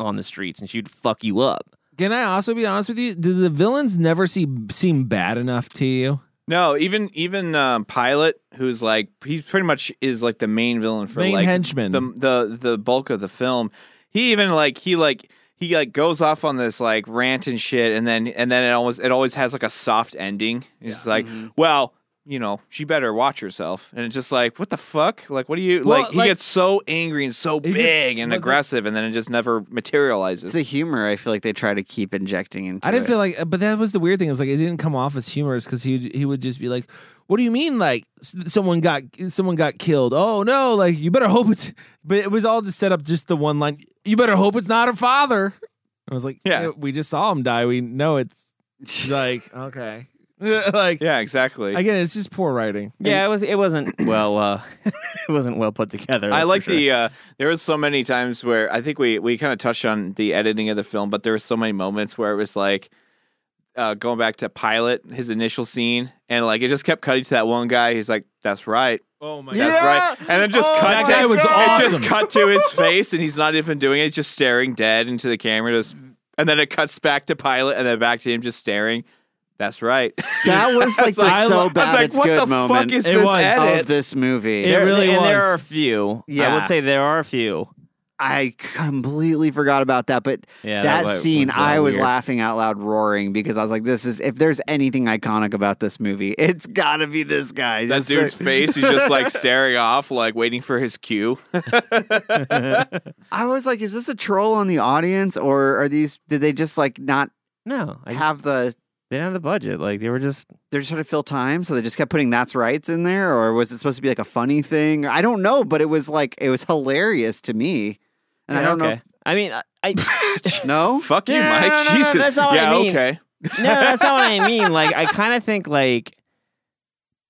S14: on the streets and she'd fuck you up.
S1: Can I also be honest with you? Did the villains never seem seem bad enough to you?
S15: No, even even um, Pilot, who's like he pretty much is like the main villain for
S1: Main
S15: like
S1: henchman.
S15: the the the bulk of the film. He even like he like he like goes off on this like rant and shit, and then and then it always it always has like a soft ending. It's like, well, you know, she better watch herself, and it's just like, what the fuck? Like, what do you
S1: Well,
S15: like? He
S1: like-
S15: gets so angry and so
S1: just-
S15: big and
S1: but the-
S15: aggressive, and then it just never materializes.
S16: It's the humor I feel like they try to keep injecting into
S1: I didn't
S16: it.
S1: feel like, but that was the weird thing. Is like it didn't come off as humorous because he he would just be like, "What do you mean? Like s- someone got someone got killed? Oh no! Like you better hope it's." But it was all just set up just the one line. You better hope it's not her father. I was like,
S15: Yeah.
S1: "Yeah, we just saw him die. We know it's like okay, like
S15: yeah, exactly.
S1: again, it's just poor writing.
S14: Yeah, it was it wasn't well uh it wasn't well put together. that's
S15: I
S14: for
S15: like
S14: sure.
S15: the uh, there was so many times where I think we we kind of touched on the editing of the film, but there were so many moments where it was like uh, going back to pilot his initial scene, and like it just kept cutting to that one guy. He's like, "That's right."
S1: Oh my
S15: That's right, and then just
S1: Oh my
S15: cut.
S1: That
S15: to,
S1: guy was
S15: It
S1: awesome.
S15: just cut to his face, and he's not even doing it; just staring dead into the camera. Just and then it cuts back to Pilot, and then back to him just staring. That's right.
S16: That was like the
S15: like,
S16: so bad
S15: I was like,
S16: it's
S15: what
S16: good
S15: the
S16: moment
S15: fuck is this edit?
S16: of this movie.
S14: It
S1: There- really
S14: and there
S1: was.
S14: are a few. I
S16: Yeah.
S14: would say there are a few.
S16: I completely forgot about that, but
S14: Yeah,
S16: that,
S14: that wa-
S16: scene,
S14: was, uh,
S16: I was
S14: weird.
S16: laughing out loud, roaring because I was like, "This is if there's anything iconic about this movie, it's gotta be this guy."
S15: That
S16: Just
S15: dude's
S16: like-
S15: face, he's just like staring off, like waiting for his cue.
S14: uh,
S16: I was like, "Is this a troll on the audience, or are these? Did they just like not
S14: No, I
S16: have the?
S14: they didn't have the budget. Like they were just
S16: They're just trying to fill time, so they just kept putting that's rights in there, or was it supposed to be like a funny thing? I don't know, but it was like it was hilarious to me, and I
S14: Yeah,
S16: don't
S14: okay. I mean, I, I
S16: know. No,
S15: Fuck you,
S14: No, no, no,
S15: Mike.
S14: no, no,
S15: Jesus.
S14: that's not what I
S15: yeah,
S14: mean.
S15: okay.
S14: no, that's not what I mean. Like I kind of think like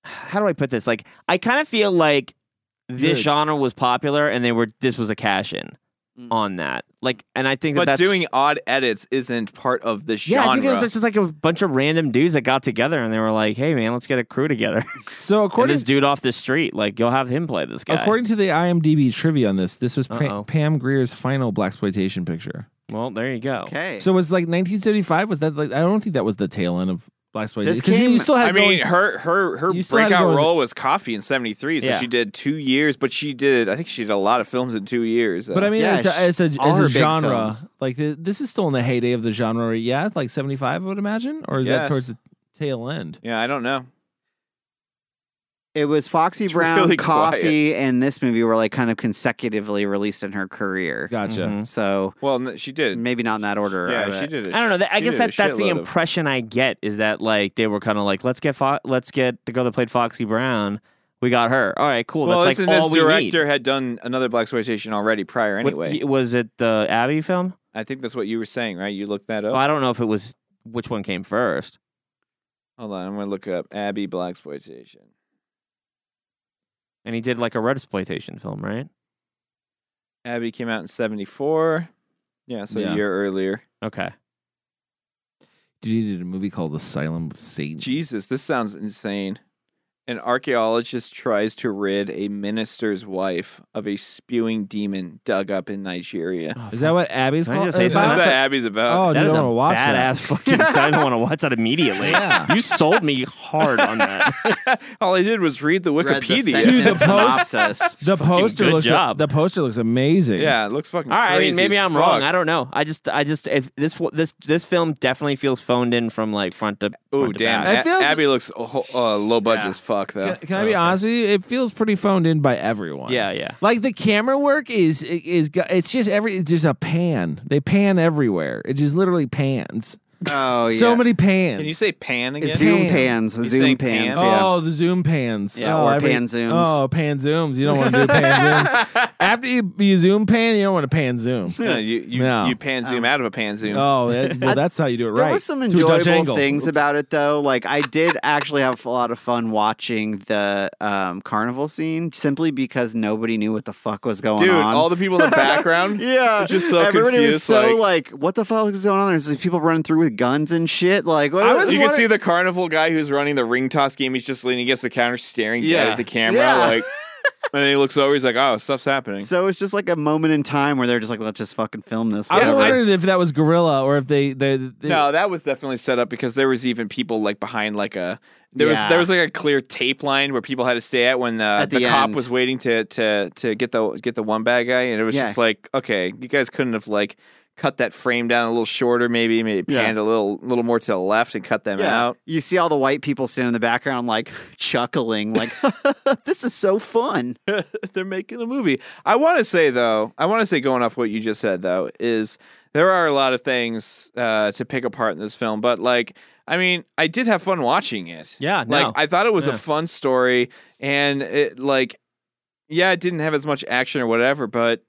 S14: how do I put this? Like I kind of feel like this
S1: Good.
S14: genre was popular and they were this was a cash in on that. Like and I think that
S15: But
S14: that's
S15: doing odd edits isn't part of the
S14: yeah,
S15: genre.
S14: I think it was just like a bunch of random dudes that got together and they were like, "Hey, man, let's get a crew together."
S1: So
S14: and
S1: according
S14: this dude off the street, like, you'll have him play this guy.
S1: according to the IMDb trivia on this, this was
S14: Uh-oh.
S1: Pam Pam Greer's final black exploitation picture.
S14: well, there you go.
S16: okay.
S1: So was like 1975. Was that like I don't think that was the tail end of black exploitation
S16: This
S1: because you
S16: came-
S1: still had
S15: I mean,
S1: going-
S15: her her her
S1: You still had it
S15: breakout
S1: going.
S15: role was Coffee in '73, so
S14: Yeah.
S15: she did two years. But she did, I think she did a lot of films in two years. uh,
S1: But I mean,
S16: Yeah,
S1: as a,
S16: sh-
S1: as a,
S16: all
S1: as
S16: her
S1: a
S16: big
S1: genre,
S16: films.
S1: like th- this is still in the heyday of the genre. Yeah, like 75, I would imagine, or is
S15: Yes.
S1: that towards the tail end?
S15: yeah, I don't know.
S16: It was Foxy
S15: It's
S16: Brown,
S15: really quiet.
S16: Coffee, and this movie were like kind of consecutively released in her career.
S1: Gotcha.
S16: Mm-hmm.
S14: Mhm.
S16: So
S15: Well, n- she did.
S16: maybe not in that order.
S15: yeah,
S16: but-
S15: she did. I
S14: I don't know. That, I
S15: she
S14: guess
S15: did a
S14: that, that's the
S15: shitload of-
S14: impression I get is that like they were kind of like, let's get Fo- let's get the girl that played Foxy Brown. We got her. All right, cool.
S15: Well,
S14: that's
S15: listen,
S14: like all
S15: this
S14: we
S15: director
S14: need.
S15: had done another black exploitation already prior.
S14: What-
S15: Anyway,
S14: y- was it the Abbey film?
S15: I think that's what you were saying, right? You looked that up.
S14: Well, I don't know if it was which one came first.
S15: Hold on, I'm gonna look up Abby black exploitation.
S14: And he did like a red exploitation film, right?
S15: Abby came out in '74. Yeah, so
S1: Yeah.
S15: a year earlier.
S14: Okay.
S1: Oh, Dude, he did a movie called Asylum of Satan.
S15: Jesus, this sounds insane. An archaeologist tries to rid a minister's wife of a spewing demon dug up in Nigeria.
S14: Oh,
S1: is that what Abby's
S14: Can I
S1: called?
S14: just say
S1: about?
S15: That's
S14: something?
S15: what Abby's about.
S1: Oh,
S14: That
S1: you
S14: is
S1: don't
S14: a
S1: want to watch
S14: badass fucking. I don't want to watch that immediately.
S1: Yeah.
S14: You sold me hard on that.
S15: All I did was read the
S16: Read the
S15: Wikipedia.
S1: Dude, the
S16: sentence
S1: post-
S16: synopsis.
S1: that. The poster
S14: good
S1: looks
S14: job.
S1: the poster looks amazing.
S15: yeah, it looks fucking.
S14: All right, I
S15: crazy
S14: mean, maybe
S15: as
S14: I'm
S15: fuck.
S14: wrong. I don't know. I just, I just, it's, this, this, this film definitely feels phoned in from like front to.
S15: Oh
S14: front to
S15: damn!
S14: back.
S1: It
S15: A-
S1: feels-
S15: Abby looks oh, uh, low budget
S16: Yeah.
S15: as fuck though.
S1: Can, can I be honest with you? It feels pretty phoned in by everyone.
S14: Yeah, yeah.
S1: Like the camera work is is go- it's just every it's just a pan. They pan everywhere. It just literally pans.
S16: Oh, yeah.
S1: So many pans.
S15: Can you say pan again?
S16: It's Zoom
S1: Pan.
S16: pans.
S15: He's
S16: Zoom
S15: saying
S16: pans.
S15: pan.
S16: Yeah.
S1: Oh, the zoom pans.
S16: Yeah,
S1: oh,
S16: or pan zooms.
S1: Oh, pan zooms. You don't want to do pan zooms. After you, you zoom pan, you don't want to pan zoom.
S15: No, you you,
S1: No.
S15: you pan zoom out of a pan zoom.
S1: Oh, that, well, that's how you do it right.
S16: There were some
S1: To a Dutch
S16: enjoyable
S1: angle.
S16: things about it, though. Like I did actually have a lot of fun watching the um, carnival scene, simply because nobody knew what the fuck was going
S15: Dude,
S16: on.
S15: all the people in the background.
S16: yeah,
S15: It's just so
S16: everybody
S15: confused.
S16: was so
S15: like,
S16: like, "What the fuck is going on?" There's like, people running through with guns and shit. Like, what?
S1: I was
S15: you can
S1: wonder-
S15: see the carnival guy who's running the ring toss game. He's just leaning against the counter, staring dead
S16: Yeah.
S15: at the camera,
S16: Yeah.
S15: like. And then he looks over. He's like, "Oh, stuff's happening."
S16: so it's just like a moment in time where they're just like, "Let's just fucking film this."
S1: I was
S16: whatever."
S1: wondering if that was gorilla or if they they, they-
S15: no, that was definitely set up because there was even people like behind like a there was
S16: Yeah.
S15: there was like a clear tape line where people had to stay at when uh,
S16: At
S15: the,
S16: the
S15: cop
S16: end.
S15: was waiting to to to get the get the one bad guy, and it was
S16: Yeah.
S15: just like, okay, you guys couldn't have like cut that frame down a little shorter, maybe maybe
S16: Yeah.
S15: panned a little little more to the left and cut them
S16: Yeah.
S15: out.
S16: You see all the white people standing in the background, like chuckling, like this is so fun.
S15: they're making a movie. I want to say though, I want to say going off what you just said though is there are a lot of things uh, to pick apart in this film, but like I mean, I did have fun watching it.
S14: Yeah,
S15: like
S14: no.
S15: I thought it was
S14: Yeah.
S15: a fun story, and it like yeah, it didn't have as much action or whatever, but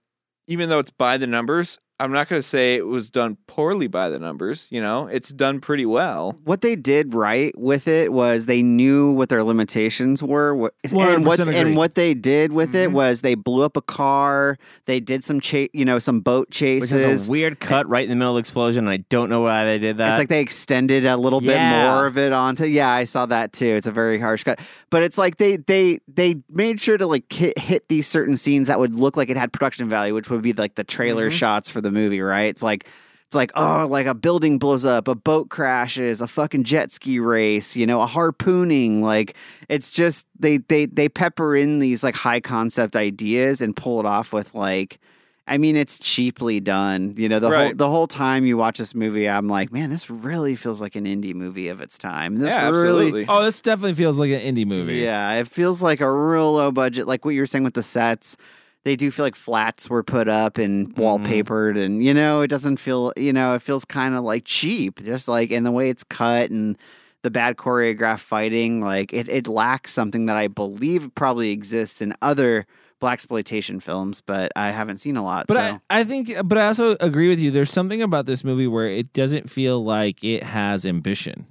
S15: even though it's by the numbers. I'm not going to say it was done poorly by the numbers, you know. It's done pretty well.
S16: what they did right with it was they knew what their limitations were what, and what
S1: 100% agree. Mm-hmm.
S16: and what they did with it was they blew up a car they did some chase you know some boat
S14: Which is
S16: chases
S14: a weird cut right in the middle of the explosion. And I don't know why they did that.
S16: it's like they extended a little
S14: Yeah.
S16: bit more of it onto yeah i saw that too it's a very harsh cut but it's like they they they made sure to like hit, hit these
S14: Mm-hmm.
S16: certain scenes that would look like it had production value which would be like the trailer shots for the movie right it's like it's It's like, oh, like a building blows up, a boat crashes, a fucking jet ski race, you know, a harpooning. Like it's just they they they pepper in these like high concept ideas and pull it off with like I mean, it's cheaply done. You know, the
S15: Right.
S16: whole the whole time you watch this movie, I'm like, man, this really feels like an indie movie of its time. This
S15: Yeah,
S16: really
S15: absolutely.
S1: Oh, this definitely feels like an indie movie.
S16: yeah, it feels like a real low budget, like what you were saying with the sets. They do feel like flats were put up and
S1: Mm-hmm.
S16: wallpapered, and you know, it doesn't feel, you know, it feels kind of like cheap, just like in the way it's cut and the bad choreographed fighting. Like it, it lacks something that I believe probably exists in other black exploitation films, but I haven't seen a lot.
S1: But
S16: so.
S1: I, I think, but I also agree with you. There's something about this movie where it doesn't feel like it has ambition.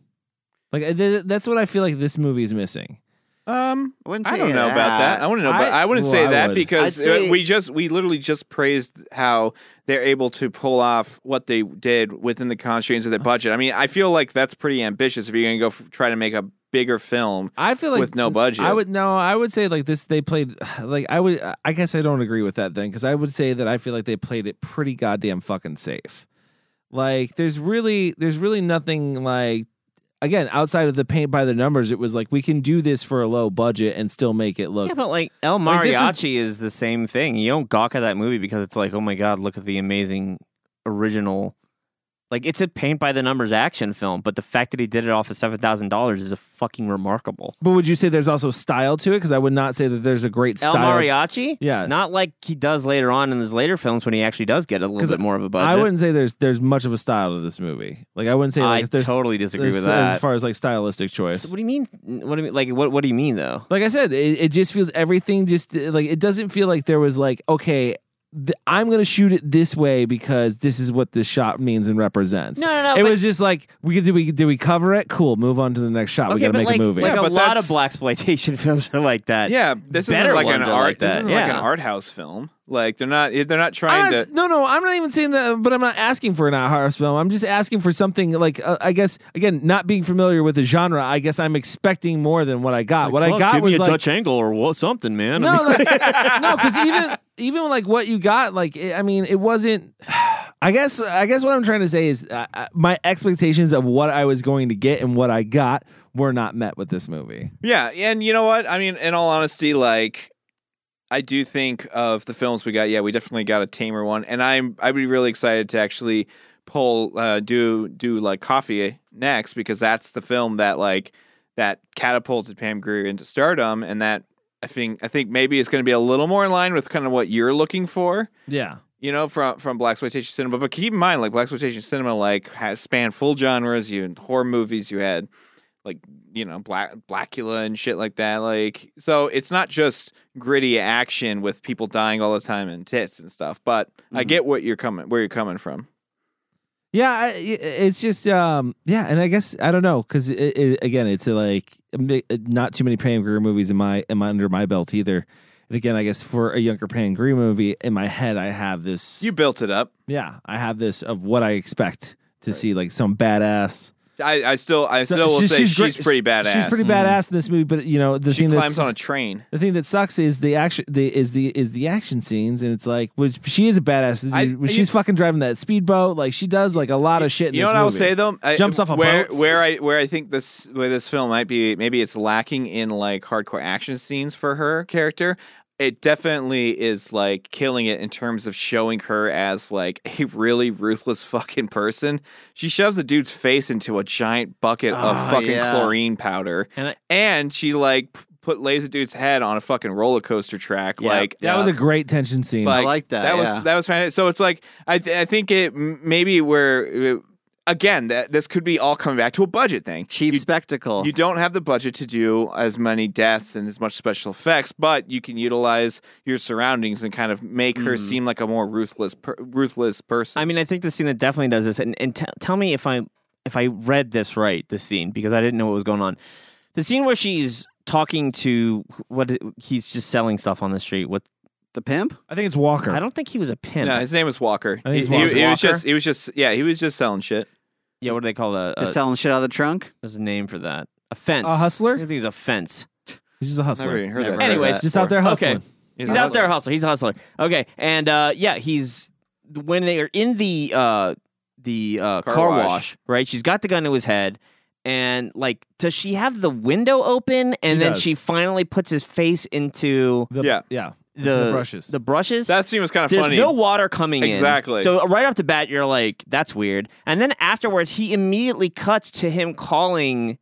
S1: Like I- th- that's what I feel like this movie is missing.
S15: Um,
S16: I, wouldn't
S15: I
S16: say
S15: don't know about that. I wouldn't know, but
S1: I-
S15: I, wouldn't
S1: well,
S15: say
S1: I
S15: that
S1: would.
S15: because
S16: I'd say-
S15: uh, we just we literally just praised how they're able to pull off what they did within the constraints of their budget. I mean, I feel like that's pretty ambitious if you're going to go f- try to make a bigger film.
S1: I feel like
S15: with no budget.
S1: I would no. I would say like this. They played like I would. I guess I don't agree with that then because I would say that I feel like they played it pretty goddamn fucking safe. Like there's really there's really nothing like again outside of the paint by the numbers. It was like we can do this for a low budget and still make it look.
S14: Yeah, but like El
S1: Like, this
S14: Mariachi
S1: was-
S14: is the same thing. You don't gawk at that movie because it's like, oh my god, look at the amazing original. Like it's a paint by the numbers action film, but the fact that he did it off of seven thousand dollars is a fucking remarkable.
S1: But would you say there's also style to it? Because I would not say that there's a great style.
S14: El Mariachi,
S1: Yeah.
S14: not like he does later on in his later films when he actually does get a little
S1: 'Cause
S14: bit more of a budget.
S1: I wouldn't say there's there's much of a style to this movie. Like I wouldn't say like
S14: I
S1: there's
S14: totally disagree
S1: as,
S14: with
S1: as
S14: that.
S1: far as like stylistic choice.
S14: So what do you mean? What do you mean? Like what? What do you mean though?
S1: like I said, it, it just feels everything just uh, like it doesn't feel like there was like okay, th- I'm gonna shoot it this way because this is what this shot means and represents.
S14: No, no, no,
S1: It
S14: but-
S1: was just like we could do we do we cover it? Cool, move on to the next shot. we
S14: okay,
S1: gotta
S14: but
S1: make
S14: like,
S1: a movie.
S14: like
S15: Yeah,
S14: a
S15: but
S14: lot
S15: that's-
S14: of black exploitation films are like that.
S15: Yeah, this
S14: Better
S15: isn't like an
S14: ones are
S15: art.
S14: like
S15: this
S14: that,
S15: isn't like
S14: yeah.
S15: an art house film. Like they're not. They're not
S1: I'm
S15: trying
S1: not-
S15: to.
S1: no, no, I'm not even saying that, but I'm not asking for an art house film. I'm just asking for something like, uh, I guess, again, not being familiar with the genre, I guess I'm expecting more than what I got. Uh, what I got
S14: give
S1: was
S14: me a
S1: like,
S14: Dutch angle or what, something, man.
S1: no, like, no, because even even like what you got, like it, I mean, it wasn't. I guess I guess what I'm trying to say is uh, uh, my expectations of what I was going to get and what I got were not met with this movie.
S15: Yeah, and you know what? I mean, in all honesty, like I do think of the films we got. Yeah, we definitely got a tamer one, and I'm I'd be really excited to actually pull uh, do do like Coffee next because that's the film that like that catapulted Pam Grier into stardom, and that I think I think maybe it's going to be a little more in line with kind of what you're looking for
S1: Yeah,
S15: you know, from from black exploitation cinema. But keep in mind, like black exploitation cinema, like has spanned full genres. You had horror movies. You had like you know black Blackula and shit like that. Like so, it's not just gritty action with people dying all the time and tits and stuff. But
S1: Mm-hmm.
S15: I get what you're coming, where you're coming from.
S1: Yeah, I, i- it's just um, yeah, and I guess I don't know because it, it, again, it's a, like mi- not too many Pam Grier movies in my in my under my belt either. And again, I guess for a younger Pam Grier movie, in my head, I have this.
S15: You built it up.
S1: yeah, I have this of what I expect to see, like some badass.
S15: I, I still, I
S1: So
S15: still will
S1: she's-
S15: say
S1: she's
S15: she's,
S1: great-
S15: pretty badass. Mm-hmm.
S1: She's pretty badass in this movie, but you know the
S15: She
S1: thing
S15: climbs
S1: that's
S15: on a train.
S1: the thing that sucks is the action the is the is the action scenes, and it's like which she is a badass.
S15: I-
S1: when
S15: you-
S1: she's fucking driving that speedboat, like she does like a lot of shit. In
S15: you know
S1: this
S15: what I'll
S1: movie.
S15: say though? I-
S1: Jumps off a
S15: where,
S1: boat.
S15: Where I where I think this where this film might be maybe it's lacking in like hardcore action scenes for her character. It definitely is like killing it in terms of showing her as like a really ruthless fucking person. She shoves a dude's face into a giant bucket
S16: Ah,
S15: of fucking
S16: yeah.
S15: chlorine powder,
S14: And I-
S15: and she like p- put lays a dude's head on a fucking roller coaster track.
S16: Yep.
S15: Like
S1: That was a great tension scene.
S15: like,
S16: I like that,
S15: That
S16: yeah.
S15: was that was fantastic. So it's like I th- I think it m- maybe we're uh, again that this could be all coming back to a budget thing.
S16: cheap spectacle.
S15: You don't have the budget to do as many deaths and as much special effects, but you can utilize your surroundings and kind of make her seem like a more ruthless per- ruthless person.
S14: Mm. I mean, I think the scene that definitely does this, and, and t- tell me if I if I read this right, this scene because I didn't know what was going on. The scene where she's talking to what he's just selling stuff on the street. What
S16: the pimp?
S1: I think it's Walker.
S14: I don't think he was a pimp.
S15: no, his name was Walker.
S1: I think it's
S15: He- he-
S1: Walker.
S15: he was
S1: Walker?
S15: just he was just yeah, he was just selling shit.
S14: yeah, what do they call
S1: uh,
S14: that?
S16: Is selling shit out of the trunk?
S14: there's a name for that. A fence.
S1: A hustler?
S14: I think he's a fence.
S1: He's just a
S15: Never even
S1: hustler.
S15: heard
S14: Never
S15: that.
S14: heard Anyways,
S15: that
S1: Just out
S15: before.
S1: there hustling.
S14: Okay, he's, out there hustling. He's a hustler. Okay, and uh, yeah, he's when they are in the uh, the uh, car, car wash. wash. right? She's got the gun to his head, and like, does she have the window open? And
S1: She
S14: then
S1: does.
S14: she finally puts his face into
S1: The,
S15: Yeah.
S1: yeah.
S14: the,
S1: into the brushes.
S14: The brushes.
S15: That scene was kind of
S14: There's
S15: funny.
S14: no water coming in.
S15: Exactly.
S14: So right off the bat, you're like, that's weird. And then afterwards, he immediately cuts to him calling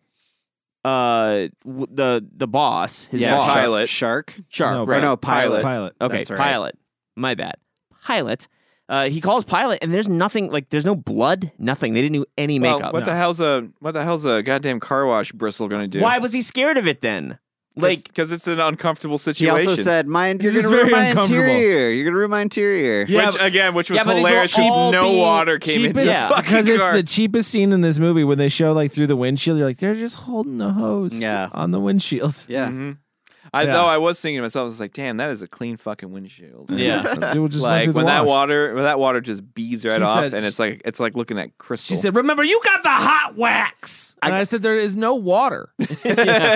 S14: uh w- the the boss, his
S16: yeah,
S14: boss.
S15: Pilot.
S16: shark,
S14: Shark,
S1: No,
S14: right? uh,
S16: or no pilot.
S1: Pilot.
S14: Okay,
S16: That's right.
S14: pilot. My bad. Pilot. Uh, he calls pilot, and there's nothing. Like there's no blood, nothing. They didn't do any
S15: Well,
S14: makeup.
S15: what the hell's a what the hell's a goddamn car wash bristle going to do?
S14: Why was he scared of it then? Like
S15: because it's an uncomfortable
S16: He
S15: situation.
S16: also said, "Mind you're
S1: This
S16: going
S1: is
S16: to ruin
S1: very
S16: my
S1: uncomfortable.
S16: interior. You're going to ruin my interior."
S1: Yeah,
S15: which
S1: but-
S15: again, which was
S14: Yeah, but these were
S15: hilarious.
S14: all
S15: Because no
S14: being
S15: water came into
S1: Cheapest,
S15: the
S14: Yeah.
S15: fucking
S1: because it's
S15: car.
S1: the cheapest scene in this movie when they show like through the windshield. You're like, they're just holding the hose
S16: Yeah.
S1: on the windshield.
S16: Yeah.
S15: I
S1: Yeah.
S15: though I was thinking to myself, I was like, damn, that is a clean fucking windshield.
S14: yeah.
S1: It will just went
S15: like
S1: through the
S15: when that
S1: wash.
S15: water when that water just beads right
S1: She
S15: off
S1: said-
S15: and it's like it's like looking at
S1: She
S15: crystal.
S1: said, "Remember, you got the hot wax." And I, said, "There is no water."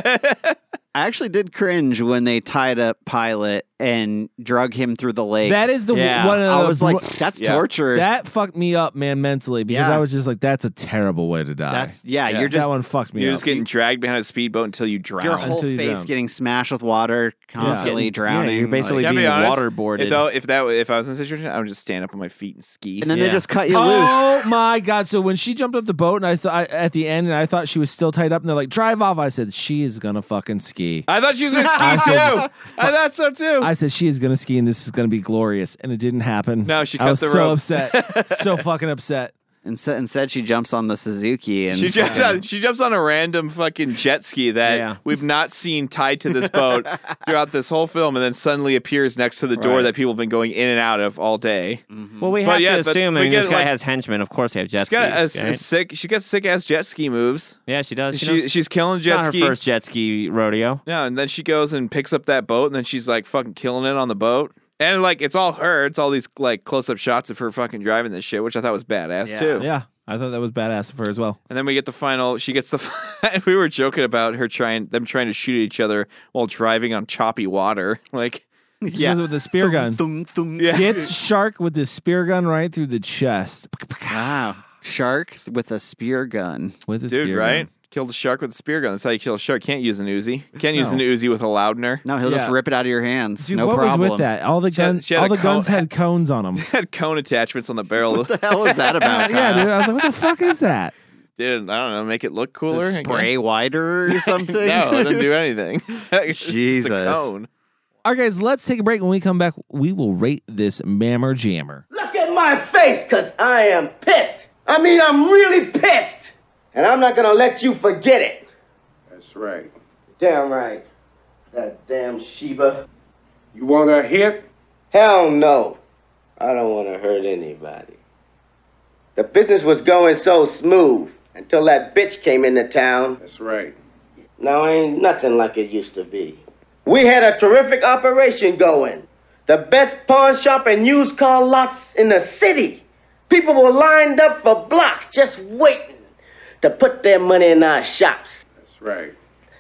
S16: I actually did cringe when they tied up Pilot and drug him through the lake.
S1: that is the
S14: Yeah,
S1: one. Of
S16: I
S1: the-
S16: was like, that's
S15: Yeah.
S16: torture.
S1: that fucked me up, man, mentally because
S16: Yeah.
S1: I was just like, "That's a terrible way to die."
S16: that's yeah,
S15: Yeah.
S16: You're just
S1: that one fucked me
S15: You're
S1: up.
S15: just getting dragged behind a speedboat until you drown.
S16: your whole
S1: Until you
S16: face
S1: drown.
S16: getting smashed with water, constantly
S14: Getting-
S16: drowning.
S14: yeah, you're basically
S16: like-
S15: Gotta be
S14: being
S15: honest,
S14: waterboarded.
S15: If, though, if that if I was in a situation, I would just stand up on my feet and ski.
S16: and then
S14: Yeah.
S16: they just cut you
S1: Oh my god! So when she jumped off the boat, and I thought at the end, and I thought she was still tied up, and they're like, "Drive off!" I said, "She is gonna fucking ski."
S15: I thought she was going to
S1: I
S15: ski
S1: said-
S15: too. I thought so too.
S1: I said, "She is gonna ski, and this is gonna be glorious." And it didn't happen.
S15: No, she
S1: I
S15: cut
S1: was
S15: the
S1: so
S15: rope.
S1: upset, so fucking upset.
S16: loose. And se- instead, she jumps on the Suzuki and
S15: she jumps on, she jumps on a random fucking jet ski that
S14: Yeah.
S15: we've not seen tied to this boat throughout this whole film, and then suddenly appears next to the door
S16: Right.
S15: that people have been going in and out of all day.
S14: well, we
S15: But
S14: have
S15: yeah,
S14: to
S15: but
S14: assume. I
S15: we
S14: mean, this
S15: get,
S14: guy
S15: like-
S14: has henchmen. Of course, they have jet
S15: She's got a,
S14: skis.
S15: a
S14: right?
S15: sick. She got sick ass jet ski moves.
S14: yeah, she does. She
S15: She,
S14: knows-
S15: she's killing
S14: it's
S15: jet
S14: not
S15: ski.
S14: her first jet ski rodeo.
S15: Yeah, and then she goes and picks up that boat, and then she's like fucking killing it on the boat. And like it's all her. It's all these like close up shots of her fucking driving this shit, which I thought was badass
S16: Yeah.
S15: too.
S1: Yeah, I thought that was badass of her as well.
S15: And then we get the final. She gets the. and we were joking about her trying them trying to shoot at each other while driving on choppy water. Like
S1: She does it with a spear gun.
S16: Thum, thum.
S15: Yeah.
S1: Gets shark with this spear gun right through the chest
S16: Wow. Shark with a spear gun.
S1: with a
S15: dude,
S1: spear
S15: right?
S1: gun.
S15: Killed a shark with a spear gun. That's how you kill a shark. Can't use an Uzi. Can't use
S1: No.
S15: an Uzi with a Loudner.
S16: No, he'll just
S1: Yeah.
S16: rip it out of your hands.
S1: Dude,
S16: no
S1: what
S16: problem.
S1: was with that? All the
S15: She had-
S1: guns,
S15: she had
S1: all
S15: a
S1: the
S15: cone-
S1: guns had cones on them.
S15: Had cone attachments on the barrel.
S16: What the hell is that about?
S1: yeah, dude. I was like, what the fuck is that?
S15: dude, I don't know. Make it look cooler.
S16: Does
S15: I
S16: it
S15: guess.
S16: spray wider or something?
S15: No, it doesn't do anything. It's just a
S16: Jesus.
S15: cone.
S1: All right, guys, let's take a break. When we come back, we will rate this Mammer Jammer.
S12: Look at my face, cause I am pissed. I mean, I'm really pissed. And I'm not gonna let you forget it.
S17: That's right.
S12: Damn right. That damn Sheba.
S17: You want a hit?
S12: Hell no. I don't wanna hurt anybody. The business was going so smooth until that bitch came into town.
S17: That's right.
S12: Now ain't nothing like it used to be. We had a terrific operation going. The best pawn shop and used car lots in the city. People were lined up for blocks just waiting to put their money in our shops.
S17: That's right.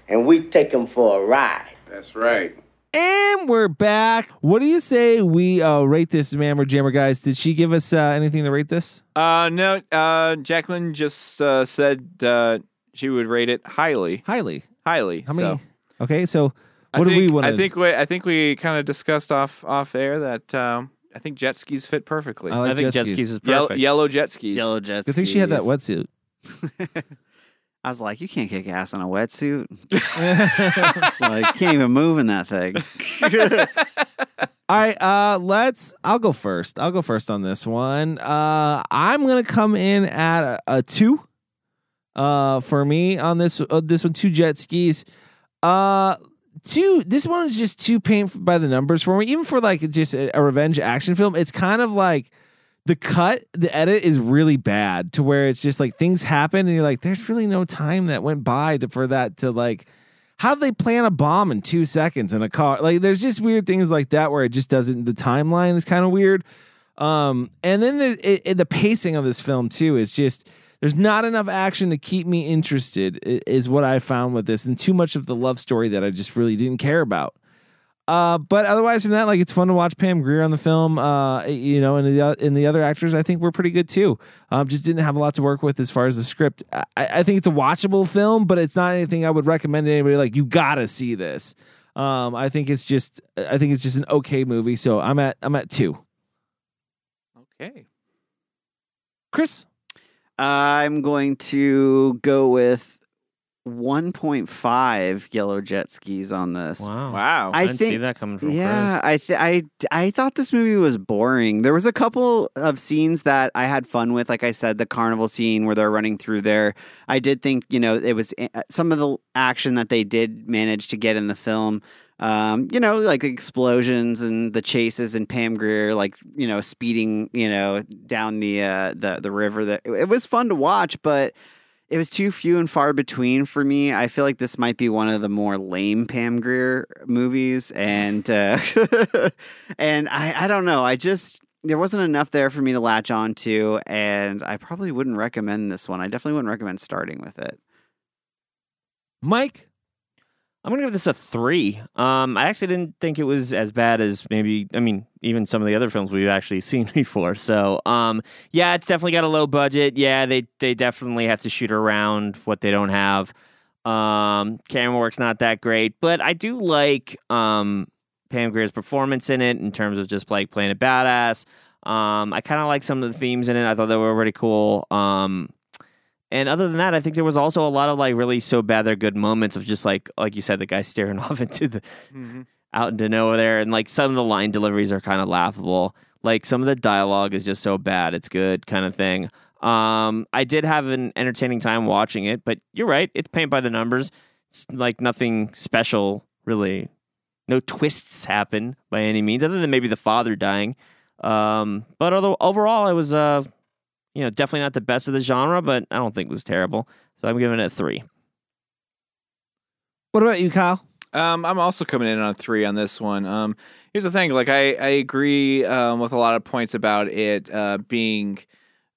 S12: And we take them for a ride.
S17: That's right.
S1: And we're back. What do you say we uh, rate this Mammer Jammer, guys? Did she give us uh, anything to rate this?
S15: Uh, no, uh, Jacqueline just uh, said uh, she would rate it highly,
S1: Highly.
S15: highly.
S1: How many?
S15: So,
S1: Okay, so
S15: I
S1: what
S15: think,
S1: do we want
S15: I think we, I think we kind of discussed off off air that um, I think jet skis fit perfectly.
S1: I like
S14: I think jet skis is
S15: Yel-
S14: perfect.
S15: yellow jet skis.
S16: Yellow jet
S1: Good thing she had that
S16: skis.
S1: wetsuit.
S16: I was like, you can't kick ass in a wetsuit. like, you can't even move in that thing.
S1: All right, uh, let's. I'll go first. I'll go first on this one. Uh, I'm gonna come in at a, a two. Uh, for me on this uh, this one, two jet skis. Uh, two. This one is just too paint by the numbers for me. Even for like just a, a revenge action film, it's kind of like the cut, the edit is really bad to where it's just like things happen and you're like, there's really no time that went by to, for that to like. How would they plan a bomb in two seconds in a car? Like, there's just weird things like that where it just doesn't. The timeline is kind of weird. Um, and then the it, it- the pacing of this film too is just there's not enough action to keep me interested i- is what I found with this, and too much of the love story that I just really didn't care about. Uh, but otherwise from that, like it's fun to watch Pam Greer on the film. Uh, you know, and the and the other actors I think were pretty good too. Um, just didn't have a lot to work with as far as the script. I, I think it's a watchable film, but it's not anything I would recommend to anybody. Like you gotta see this. Um, I think it's just I think it's just an okay movie. So I'm at I'm at two.
S15: Okay,
S1: Chris.
S16: I'm going to go with 1.5 yellow jet skis on this.
S1: Oh.
S14: Wow.
S15: Wow.
S14: I, I didn't think, see that coming from
S16: Yeah, I, th- I I thought this movie was boring. There was a couple of scenes that I had fun with like I said the carnival scene where they're running through there. I did think, you know, it was eh, some of the action that they did manage to get in the film um, you know, like explosions and the chases and Pam Greer, like you know, speeding, you know, down the uh, the the river. That it was fun to watch, but it was too few and far between for me. I feel like this might be one of the more lame Pam Greer movies, and uh, and I I don't know. I just there wasn't enough there for me to latch on to, and I probably wouldn't recommend this one. I definitely wouldn't recommend starting with it.
S1: Mike,
S14: I'm gonna give this a three. Um, I actually didn't think it was as bad as maybe. I mean, even some of the other films we've actually seen before. So, um, yeah, it's definitely got a low budget. Yeah, they they definitely have to shoot around what they don't have. Um, camera work's not that great, but I do like um, Pam Greer's performance in it in terms of just like playing a badass. Um, I kind of like some of the themes in it. I thought they were really cool. Um, And other than that, I think there was also a lot of like really so bad they're good moments of just like like you said, the guy staring off into the mm-hmm. out into nowhere there, and like some of the line deliveries are kind of laughable. Like some of the dialogue is just so bad, it's good kind of thing. Um, I did have an entertaining time watching it, but you're right, it's paint by the numbers. It's like nothing special really. No twists happen by any means, other than maybe the father dying. Um, but although overall, I was uh you know, definitely not the best of the genre, but I don't think it was terrible. So I'm giving it a three.
S1: What about you, Kyle?
S15: Um, I'm also coming in on three on this one. Um, here's the thing: like I, I agree um, with a lot of points about it uh, being,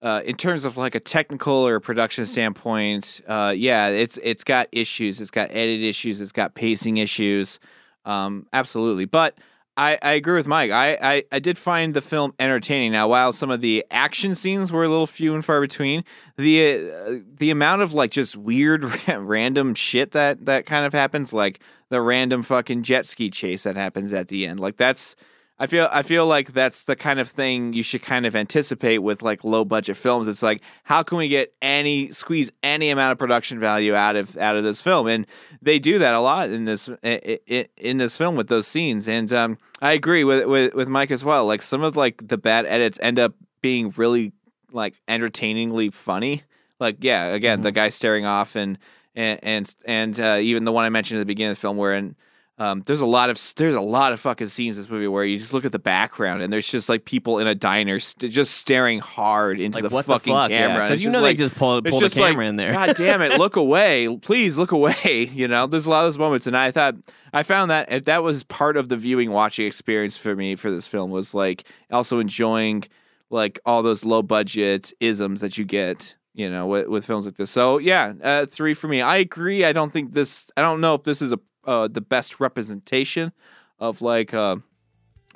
S15: uh, in terms of like a technical or production standpoint. Uh, yeah, it's it's got issues. It's got edit issues. It's got pacing issues. Um, absolutely, but I, I, agree with Mike. I, I, I, did find the film entertaining. Now, while some of the action scenes were a little few and far between, the uh, the amount of like just weird random shit that that kind of happens, like the random fucking jet ski chase that happens at the end, like that's I feel I feel like that's the kind of thing you should kind of anticipate with like low budget films. It's like how can we get any squeeze any amount of production value out of out of this film, and they do that a lot in this in this film with those scenes. And um, I agree with, with with Mike as well. Like some of like the bad edits end up being really like entertainingly funny. Like yeah, again mm-hmm. the guy staring off and and and, and uh, even the one I mentioned at the beginning of the film where in um, there's a lot of there's a lot of fucking scenes in this movie where you just look at the background and there's just like people in a diner st- just staring hard into
S14: like,
S15: the fucking
S14: the fuck?
S15: camera.
S14: Because yeah, you know like, they just pull, pull just the camera
S15: like,
S14: in there.
S15: God damn it! Look away, please look away. You know, there's a lot of those moments, and I thought I found that that was part of the viewing watching experience for me for this film was like also enjoying like all those low budget isms that you get you know with, with films like this. So yeah, uh, three for me. I agree. I don't think this. I don't know if this is a uh, the best representation of like uh,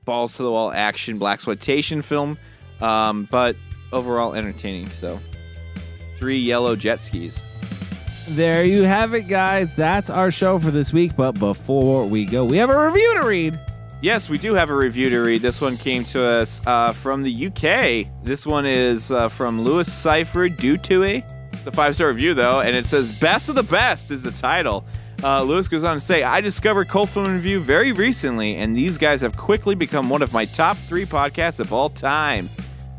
S15: balls to the wall action black exploitation film, um, but overall entertaining. So, three yellow jet skis.
S1: There you have it, guys. That's our show for this week. But before we go, we have a review to read.
S15: Yes, we do have a review to read. This one came to us uh, from the UK. This one is uh, from Lewis Cipher Dutue. The five star review, though, and it says Best of the Best is the title. Uh, Lewis goes on to say, I discovered Cold Film Review very recently, and these guys have quickly become one of my top three podcasts of all time.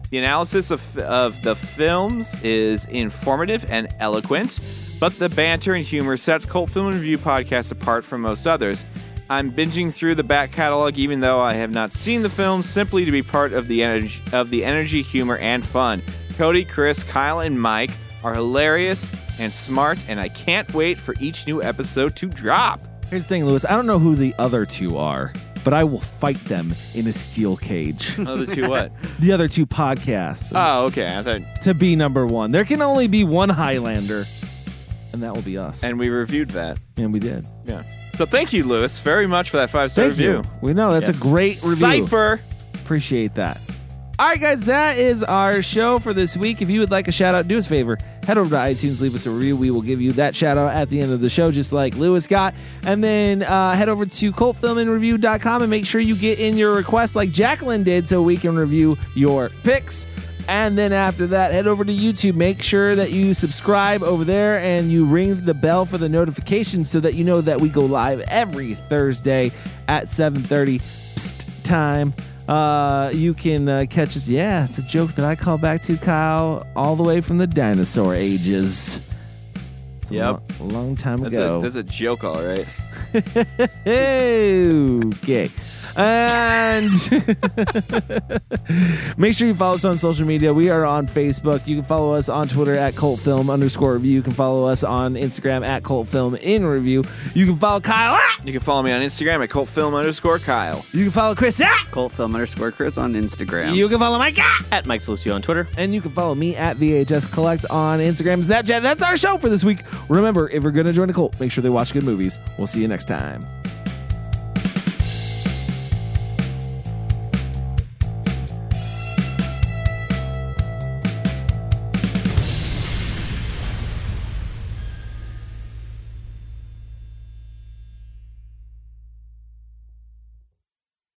S15: The analysis of, of the films is informative and eloquent, but the banter and humor sets Cold Film Review podcasts apart from most others. I'm binging through the back catalog, even though I have not seen the films, simply to be part of the energy, of the energy, humor, and fun. Cody, Chris, Kyle, and Mike are hilarious and smart, and I can't wait for each new episode to drop.
S1: Here's the thing, Lewis. I don't know who the other two are, but I will fight them in a steel cage.
S15: Other two what?
S1: the other two podcasts.
S15: Oh, okay. I thought
S1: to be number one. There can only be one Highlander, and that will be us.
S15: And we reviewed that.
S1: And we did.
S15: Yeah. So thank you, Lewis, very much for that five star
S1: Thank
S15: review.
S1: you. We know that's
S14: Yes.
S1: a great review.
S15: Cipher.
S1: Appreciate that. All right, guys, that is our show for this week. If you would like a shout out, do us a favor. Head over to iTunes, leave us a review. We will give you that shout out at the end of the show, just like Lewis got. And then uh, head over to cultfilmandreview.com and make sure you get in your requests like Jacqueline did so we can review your picks. And then after that, head over to YouTube. Make sure that you subscribe over there and you ring the bell for the notifications so that you know that we go live every Thursday at 7.30 Psst, time. Uh, you can uh, catch us. Yeah, it's a joke that I call back to Kyle all the way from the dinosaur ages. It's a
S15: Yep.
S1: lo- long, time
S15: That's a,
S1: ago.
S15: that's a joke, all right.
S1: okay. And make sure you follow us on social media. We are on Facebook. You can follow us on Twitter at Cult Film underscore review. You can follow us on Instagram at Cult Film in review. You can follow Kyle at.
S15: You can follow me on Instagram at cultfilm underscore Kyle.
S1: You can follow Chris at.
S16: Cult film underscore Chris on Instagram.
S1: You can follow Mike at.
S14: At Mike Lucio on Twitter.
S1: And you can follow me at VHS Collect on Instagram and Snapchat. That's our show for this week. Remember, if you're going to join a cult, make sure they watch good movies. We'll see you next time.